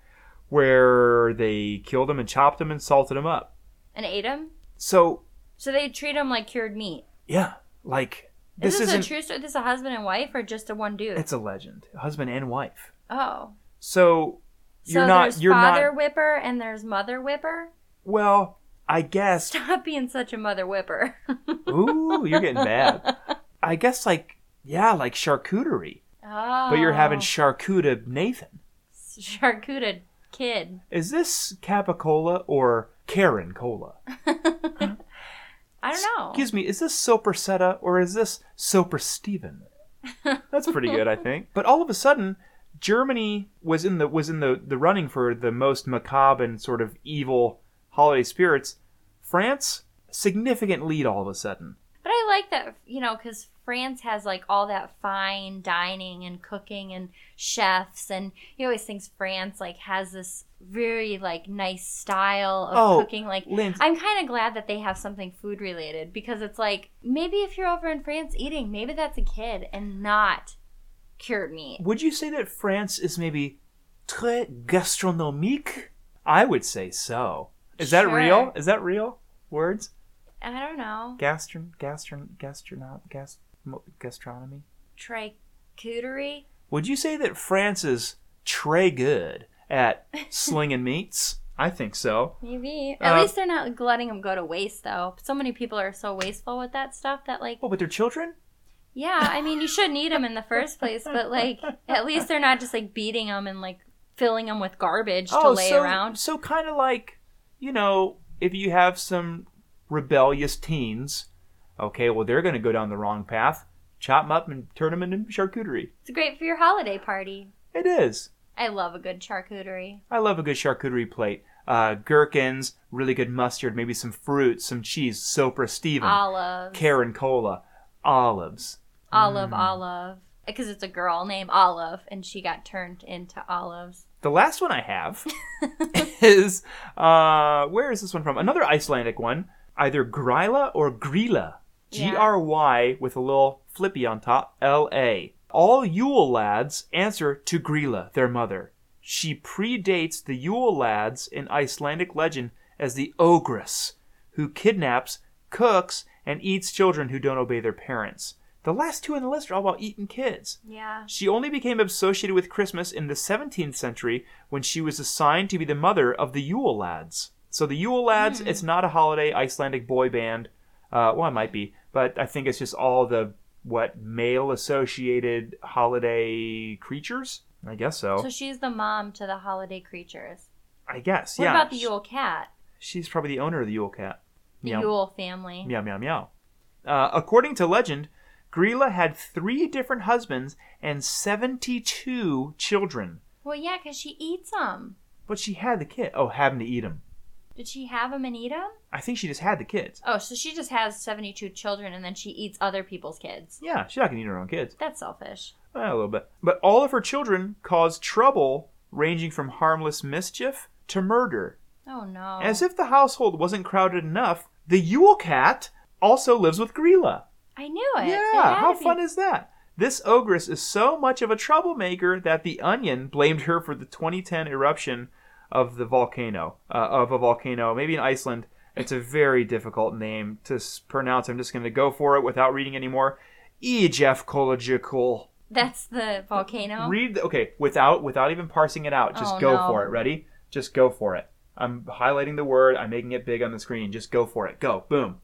Speaker 1: where they killed them and chopped them and salted them up.
Speaker 2: And ate him?
Speaker 1: So
Speaker 2: So they treat him like cured meat.
Speaker 1: yeah, like
Speaker 2: Is
Speaker 1: this,
Speaker 2: this,
Speaker 1: isn't.
Speaker 2: a true story? This is a husband and wife or just a one dude?
Speaker 1: it's a legend. Husband and wife.
Speaker 2: oh.
Speaker 1: So you're
Speaker 2: so
Speaker 1: not.
Speaker 2: there's
Speaker 1: You're
Speaker 2: father
Speaker 1: not.
Speaker 2: whipper and there's mother whipper? <laughs>
Speaker 1: Well, I guess
Speaker 2: Stop being such a mother whipper.
Speaker 1: Ooh, you're getting mad. I guess like yeah, like charcuterie,
Speaker 2: oh.
Speaker 1: but you're having charcuta Nathan.
Speaker 2: charcuterie kid.
Speaker 1: Is this Capicola or Karen Cola?
Speaker 2: I don't know.
Speaker 1: Excuse me, is this Sopressetta or is this Soper Steven? That's pretty good, I think. But all of a sudden, Germany was in the was in the, the running for the most macabre and sort of evil holiday spirits. France, significant lead all of a sudden.
Speaker 2: But I like that, you know, because France has like all that fine dining and cooking and chefs, and he always thinks France like has this very like nice style of
Speaker 1: Oh,
Speaker 2: cooking. Like,
Speaker 1: Lynn,
Speaker 2: I'm kind of glad that they have something food related because it's like maybe if you're over in France eating, maybe that's a kid and not cured meat.
Speaker 1: Would you say that France is maybe très gastronomique? I would say so. Is that
Speaker 2: Sure.
Speaker 1: real? Is that real? Words?
Speaker 2: I don't know.
Speaker 1: Gastron, gastron, gastronom, gas, mo- gastronomy.
Speaker 2: Tricuterie?
Speaker 1: Would you say that France is très good
Speaker 2: <laughs>
Speaker 1: at slinging meats? I think so.
Speaker 2: Maybe. At
Speaker 1: Uh,
Speaker 2: least they're not letting them go to waste, though. So many people are so wasteful with that stuff that, like,
Speaker 1: Well, but their children?
Speaker 2: Yeah, I mean, you shouldn't eat them in the first place, but like, at least they're not just like beating them and like filling them with garbage to lay
Speaker 1: Oh, so,
Speaker 2: around.
Speaker 1: so kind of like, you know, if you have some rebellious teens, okay, well, they're going to go down the wrong path. Chop them up and turn them into charcuterie.
Speaker 2: It's great for your holiday party.
Speaker 1: It is.
Speaker 2: I love a good charcuterie.
Speaker 1: I love a good charcuterie plate. Uh, gherkins, really good mustard, maybe some fruit, some cheese, Sopra Steven,
Speaker 2: Olive,
Speaker 1: Karen Cola, olives.
Speaker 2: olive,
Speaker 1: Hmm.
Speaker 2: olive. Because it's a girl named Olive, and she got turned into olives.
Speaker 1: The last one I have <laughs> is uh, where is this one from? Another Icelandic one, either Gryla or Grila.
Speaker 2: Yeah.
Speaker 1: G R Y with a little flippy on top, L A. All Yule lads answer to Grila, their mother. She predates the Yule lads in Icelandic legend as the ogress, who kidnaps, cooks, and eats children who don't obey their parents. The last two on the list are all about eating kids.
Speaker 2: Yeah.
Speaker 1: She only became associated with Christmas in the 17th century when she was assigned to be the mother of the Yule Lads. So the Yule Lads,
Speaker 2: Hmm.
Speaker 1: it's not a holiday Icelandic boy band. Uh, well, it might be, but I think it's just all the what male associated holiday creatures. I guess so.
Speaker 2: So she's the mom to the holiday creatures.
Speaker 1: I guess.
Speaker 2: What
Speaker 1: yeah.
Speaker 2: about the Yule cat?
Speaker 1: She's probably the owner of the Yule Cat.
Speaker 2: The
Speaker 1: Meow.
Speaker 2: Yule family.
Speaker 1: Meow, meow, meow. Uh, according to legend, Grilla had three different husbands and 72 children.
Speaker 2: Well, yeah, because she eats them.
Speaker 1: But she had the kid. Oh, having to eat him.
Speaker 2: Did she have them and eat them?
Speaker 1: I think she just had the kids.
Speaker 2: Oh, so she just has 72 children and then she eats other people's kids.
Speaker 1: Yeah, she's not going to eat her own kids.
Speaker 2: That's selfish.
Speaker 1: Eh, a little bit. But all of her children caused trouble, ranging from harmless mischief to murder.
Speaker 2: Oh, no.
Speaker 1: As if the household wasn't crowded enough, the Yule Cat also lives with Grilla.
Speaker 2: I knew it. It
Speaker 1: Yeah,
Speaker 2: had
Speaker 1: how
Speaker 2: to be-
Speaker 1: fun is that? This ogress is so much of a troublemaker that the Onion blamed her for the 2010 eruption of the volcano, uh, of a volcano, maybe in Iceland. It's a very difficult name to s- pronounce. I'm just going to go for it without reading E anymore. Ejefkological.
Speaker 2: That's the volcano.
Speaker 1: Read the, okay without without even parsing it out. Just
Speaker 2: Oh,
Speaker 1: go
Speaker 2: no.
Speaker 1: for it. Ready? Just go for it. I'm highlighting the word. I'm making it big on the screen. Just go for it. Go. Boom.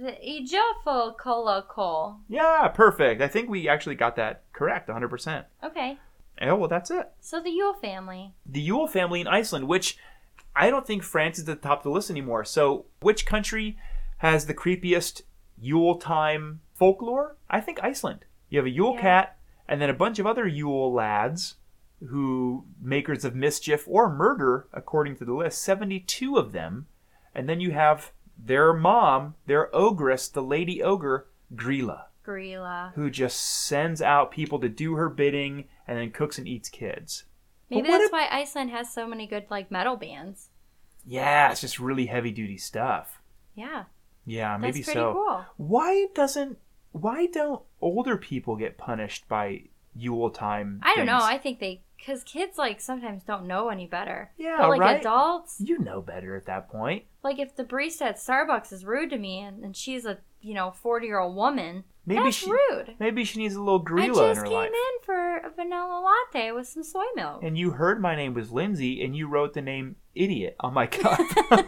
Speaker 2: the Ejofokolokol.
Speaker 1: Yeah, perfect. I think we actually got that correct 100%.
Speaker 2: Okay.
Speaker 1: Oh, well, that's it.
Speaker 2: So the Yule family.
Speaker 1: The Yule family in Iceland, which I don't think France is at the top of the list anymore. So, which country has the creepiest Yule time folklore? I think Iceland. You have a Yule
Speaker 2: Yeah.
Speaker 1: cat and then a bunch of other Yule lads who makers of mischief or murder according to the list, 72 of them. And then you have their mom, their ogress, the lady ogre, Grilla
Speaker 2: Gorilla.
Speaker 1: who just sends out people to do her bidding and then cooks and eats kids. But
Speaker 2: Maybe
Speaker 1: what
Speaker 2: that's
Speaker 1: if-
Speaker 2: why Iceland has so many good like metal bands.
Speaker 1: Yeah, it's just really heavy duty stuff.
Speaker 2: Yeah.
Speaker 1: Yeah, Uh, maybe
Speaker 2: that's pretty
Speaker 1: so.
Speaker 2: cool.
Speaker 1: Why doesn't why don't older people get punished by Yule time?
Speaker 2: I don't know.
Speaker 1: things?
Speaker 2: I think they because kids like sometimes don't know any better.
Speaker 1: Yeah,
Speaker 2: But like
Speaker 1: right?
Speaker 2: adults,
Speaker 1: you know better at that point.
Speaker 2: like if the barista at Starbucks is rude to me and, and she's a you know forty year old woman,
Speaker 1: Maybe
Speaker 2: that's
Speaker 1: she-
Speaker 2: rude.
Speaker 1: Maybe she needs a little
Speaker 2: I
Speaker 1: gorilla in
Speaker 2: just
Speaker 1: her
Speaker 2: came
Speaker 1: life.
Speaker 2: in for a vanilla latte with some soy milk.
Speaker 1: And you heard my name was Lindsay, and you wrote the name idiot on
Speaker 2: <laughs>
Speaker 1: my cup. <laughs>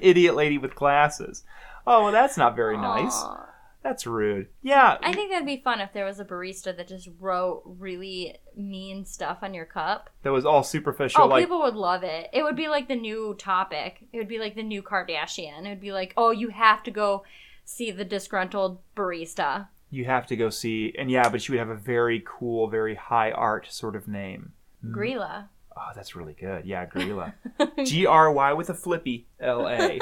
Speaker 1: idiot lady with glasses. Oh, well, that's not very nice.
Speaker 2: Aw.
Speaker 1: That's rude. Yeah.
Speaker 2: I think that'd be fun if there was a barista that just wrote really mean stuff on your cup.
Speaker 1: that was all superficial.
Speaker 2: oh,
Speaker 1: like,
Speaker 2: people would love it. It would be like the new topic. It would be like the new Kardashian. It would be like, oh, you have to go see the disgruntled barista.
Speaker 1: you have to go see and yeah but she would have a very cool very high art sort of name
Speaker 2: Grilla.
Speaker 1: oh that's really good yeah
Speaker 2: <laughs>
Speaker 1: gorilla g-r-y with a flippy l-a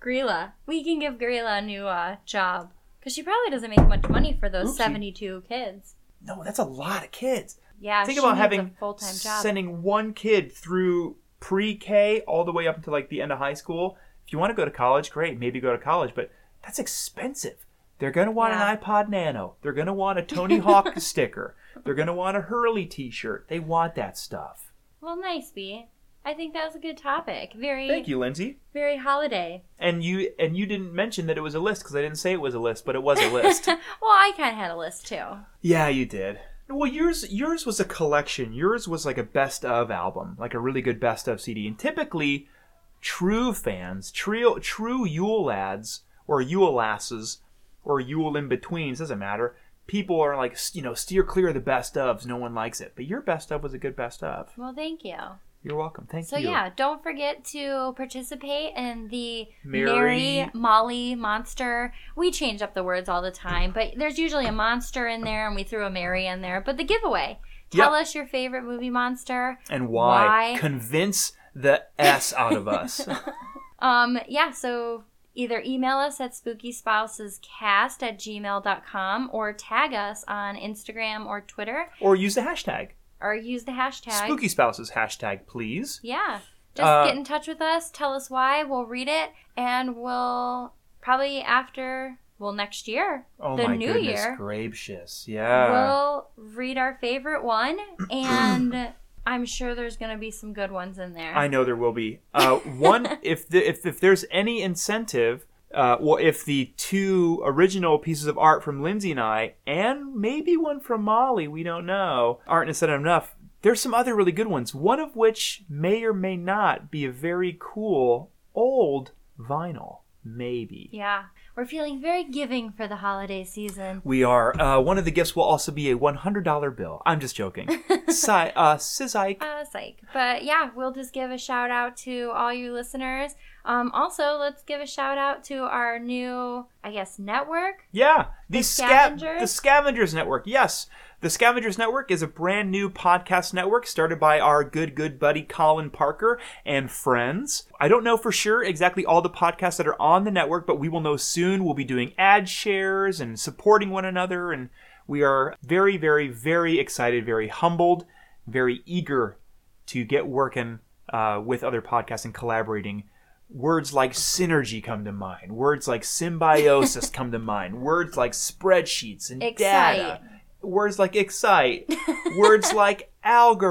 Speaker 2: Grilla. We can give Grilla a new uh, job. Because she probably doesn't make much money for those
Speaker 1: Oopsie.
Speaker 2: 72 kids.
Speaker 1: no that's a lot of kids
Speaker 2: Yeah,
Speaker 1: think
Speaker 2: she
Speaker 1: about
Speaker 2: needs
Speaker 1: having
Speaker 2: a full-time job.
Speaker 1: sending one kid through pre-k all the way up to like the end of high school if you want to go to college great maybe go to college but that's expensive they're going to want
Speaker 2: Yeah.
Speaker 1: an ipod nano they're going to want a tony
Speaker 2: <laughs>
Speaker 1: hawk sticker they're going to want a hurley t-shirt they want that stuff
Speaker 2: well, nice, B. I think that was a good topic. Very,
Speaker 1: thank you lindsay
Speaker 2: very holiday. <laughs>
Speaker 1: and you and you didn't mention that it was a list because I didn't say it was a list, but it was a list.
Speaker 2: well, I kind of had a list too.
Speaker 1: <laughs> yeah, you did. Well, yours yours was a collection. Yours was like a best of album, like a really good best of CD. And typically, true fans, true true Yule lads or Yule lasses or Yule in betweens doesn't matter. People are like you know steer clear of the best ofs. No one likes it, but your best of was a good best of.
Speaker 2: Well, thank you.
Speaker 1: You're welcome. Thank
Speaker 2: So
Speaker 1: you.
Speaker 2: yeah, don't forget to participate in the
Speaker 1: Mary-
Speaker 2: Mary, Molly monster. We change up the words all the time, but there's usually a monster in there, and we threw a Mary in there. But the giveaway. Tell
Speaker 1: Yep.
Speaker 2: us your favorite movie monster.
Speaker 1: And why?
Speaker 2: Why?
Speaker 1: convince the s out of
Speaker 2: <laughs>
Speaker 1: us?
Speaker 2: Um, yeah, so either email us at spookyspousescast at gmail.com or tag us on Instagram or Twitter
Speaker 1: or use the hashtag.
Speaker 2: or use the hashtag.
Speaker 1: Spooky spouses hashtag, please.
Speaker 2: Yeah. Just
Speaker 1: Uh,
Speaker 2: get in touch with us. Tell us why. We'll read it, and we'll probably after well next year,
Speaker 1: Oh
Speaker 2: the
Speaker 1: my
Speaker 2: new
Speaker 1: goodness
Speaker 2: year,
Speaker 1: gracious! Yeah.
Speaker 2: we'll read our favorite one,
Speaker 1: <clears throat>
Speaker 2: and I'm sure there's gonna be some good ones in there.
Speaker 1: I know there will be
Speaker 2: <laughs>
Speaker 1: uh, one. if the, if if there's any incentive, uh, well, if the two original pieces of art from Lindsay and I, and maybe one from Molly, we don't know, aren't incentive enough. There's some other really good ones. One of which may or may not be a very cool old vinyl, maybe.
Speaker 2: yeah, we're feeling very giving for the holiday season.
Speaker 1: We are. Uh, one of the gifts will also be a $100 bill. I'm just joking. Si- uh, Sizike.
Speaker 2: Uh, psych. But yeah, we'll just give a shout out to all you listeners. Um, also, let's give a shout out to our new, I guess, network.
Speaker 1: Yeah, the, sca-
Speaker 2: Scavengers?
Speaker 1: the Scavengers Network. Yes, the Scavengers Network is a brand new podcast network started by our good good buddy Colin Parker and friends. I don't know for sure exactly all the podcasts that are on the network, but we will know soon. We'll be doing ad shares and supporting one another, and we are very, very, very excited, very humbled, very eager to get working uh, with other podcasts and collaborating words like synergy come to mind words like symbiosis come to mind words like spreadsheets and data
Speaker 2: Excite.
Speaker 1: words like excite
Speaker 2: <laughs>
Speaker 1: words like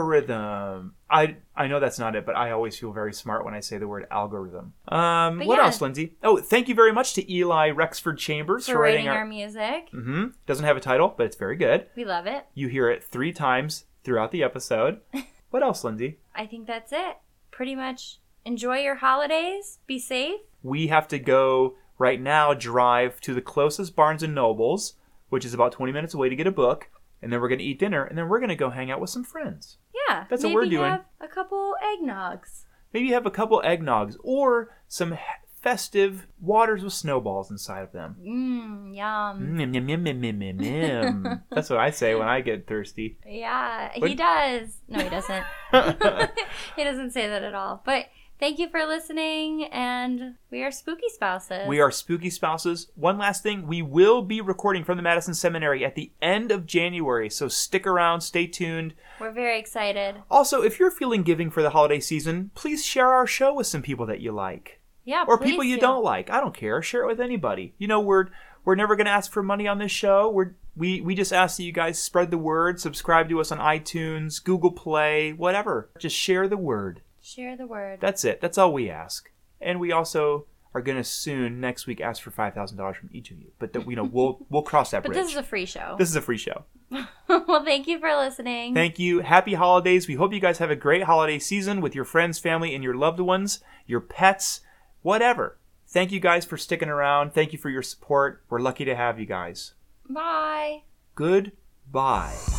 Speaker 1: algorithm i i know that's not it but i always feel very smart when i say the word algorithm um
Speaker 2: But
Speaker 1: what
Speaker 2: yeah.
Speaker 1: else lindsay oh thank you very much to eli rexford chambers
Speaker 2: for rating our music.
Speaker 1: hmm doesn't have a title but it's very good
Speaker 2: We love it.
Speaker 1: you hear it three times throughout the episode what else lindsay
Speaker 2: I think that's it. Pretty much enjoy your holidays, be safe.
Speaker 1: we have to go right now drive to the closest barnes and nobles which is about 20 minutes away to get a book and then we're going to eat dinner and then we're going to go hang out with some friends
Speaker 2: Yeah.
Speaker 1: That's what
Speaker 2: maybe
Speaker 1: we're doing.
Speaker 2: have a couple eggnogs.
Speaker 1: maybe have a couple eggnogs or some he- festive waters with snowballs inside of them
Speaker 2: Mmm, yum.
Speaker 1: Mm, yum, yum, yum, yum, yum, yum. that's what i say when i get thirsty
Speaker 2: <laughs> Yeah, he
Speaker 1: What-
Speaker 2: does. No,
Speaker 1: <laughs>
Speaker 2: he doesn't. <laughs> he doesn't say that at all. But thank you for listening, and we are spooky spouses.
Speaker 1: We are spooky spouses. One last thing, we will be recording from the Madison Seminary at the end of January, so stick around, stay tuned.
Speaker 2: We're very excited.
Speaker 1: Also, if you're feeling giving for the holiday season, please share our show with some people that you like
Speaker 2: Yeah,
Speaker 1: or
Speaker 2: please
Speaker 1: people you
Speaker 2: do.
Speaker 1: don't like. I don't care. Share it with anybody. You know, we're we're never going to ask for money on this show. We're we, we just ask that you guys spread the word, subscribe to us on iTunes, Google Play, whatever. Just share the word.
Speaker 2: share the word.
Speaker 1: That's it. That's all we ask. And we also are going to soon next week ask for five thousand dollars from each of you. But that
Speaker 2: <laughs>
Speaker 1: you know we'll we'll cross that
Speaker 2: but
Speaker 1: bridge.
Speaker 2: this is a Mm-hmm. free show.
Speaker 1: this is a free show.
Speaker 2: <laughs> well, thank you for listening.
Speaker 1: Thank you. Happy holidays. We hope you guys have a great holiday season with your friends, family, and your loved ones, your pets, whatever. Thank you guys for sticking around. Thank you for your support. We're lucky to have you guys.
Speaker 2: Bye.
Speaker 1: Goodbye.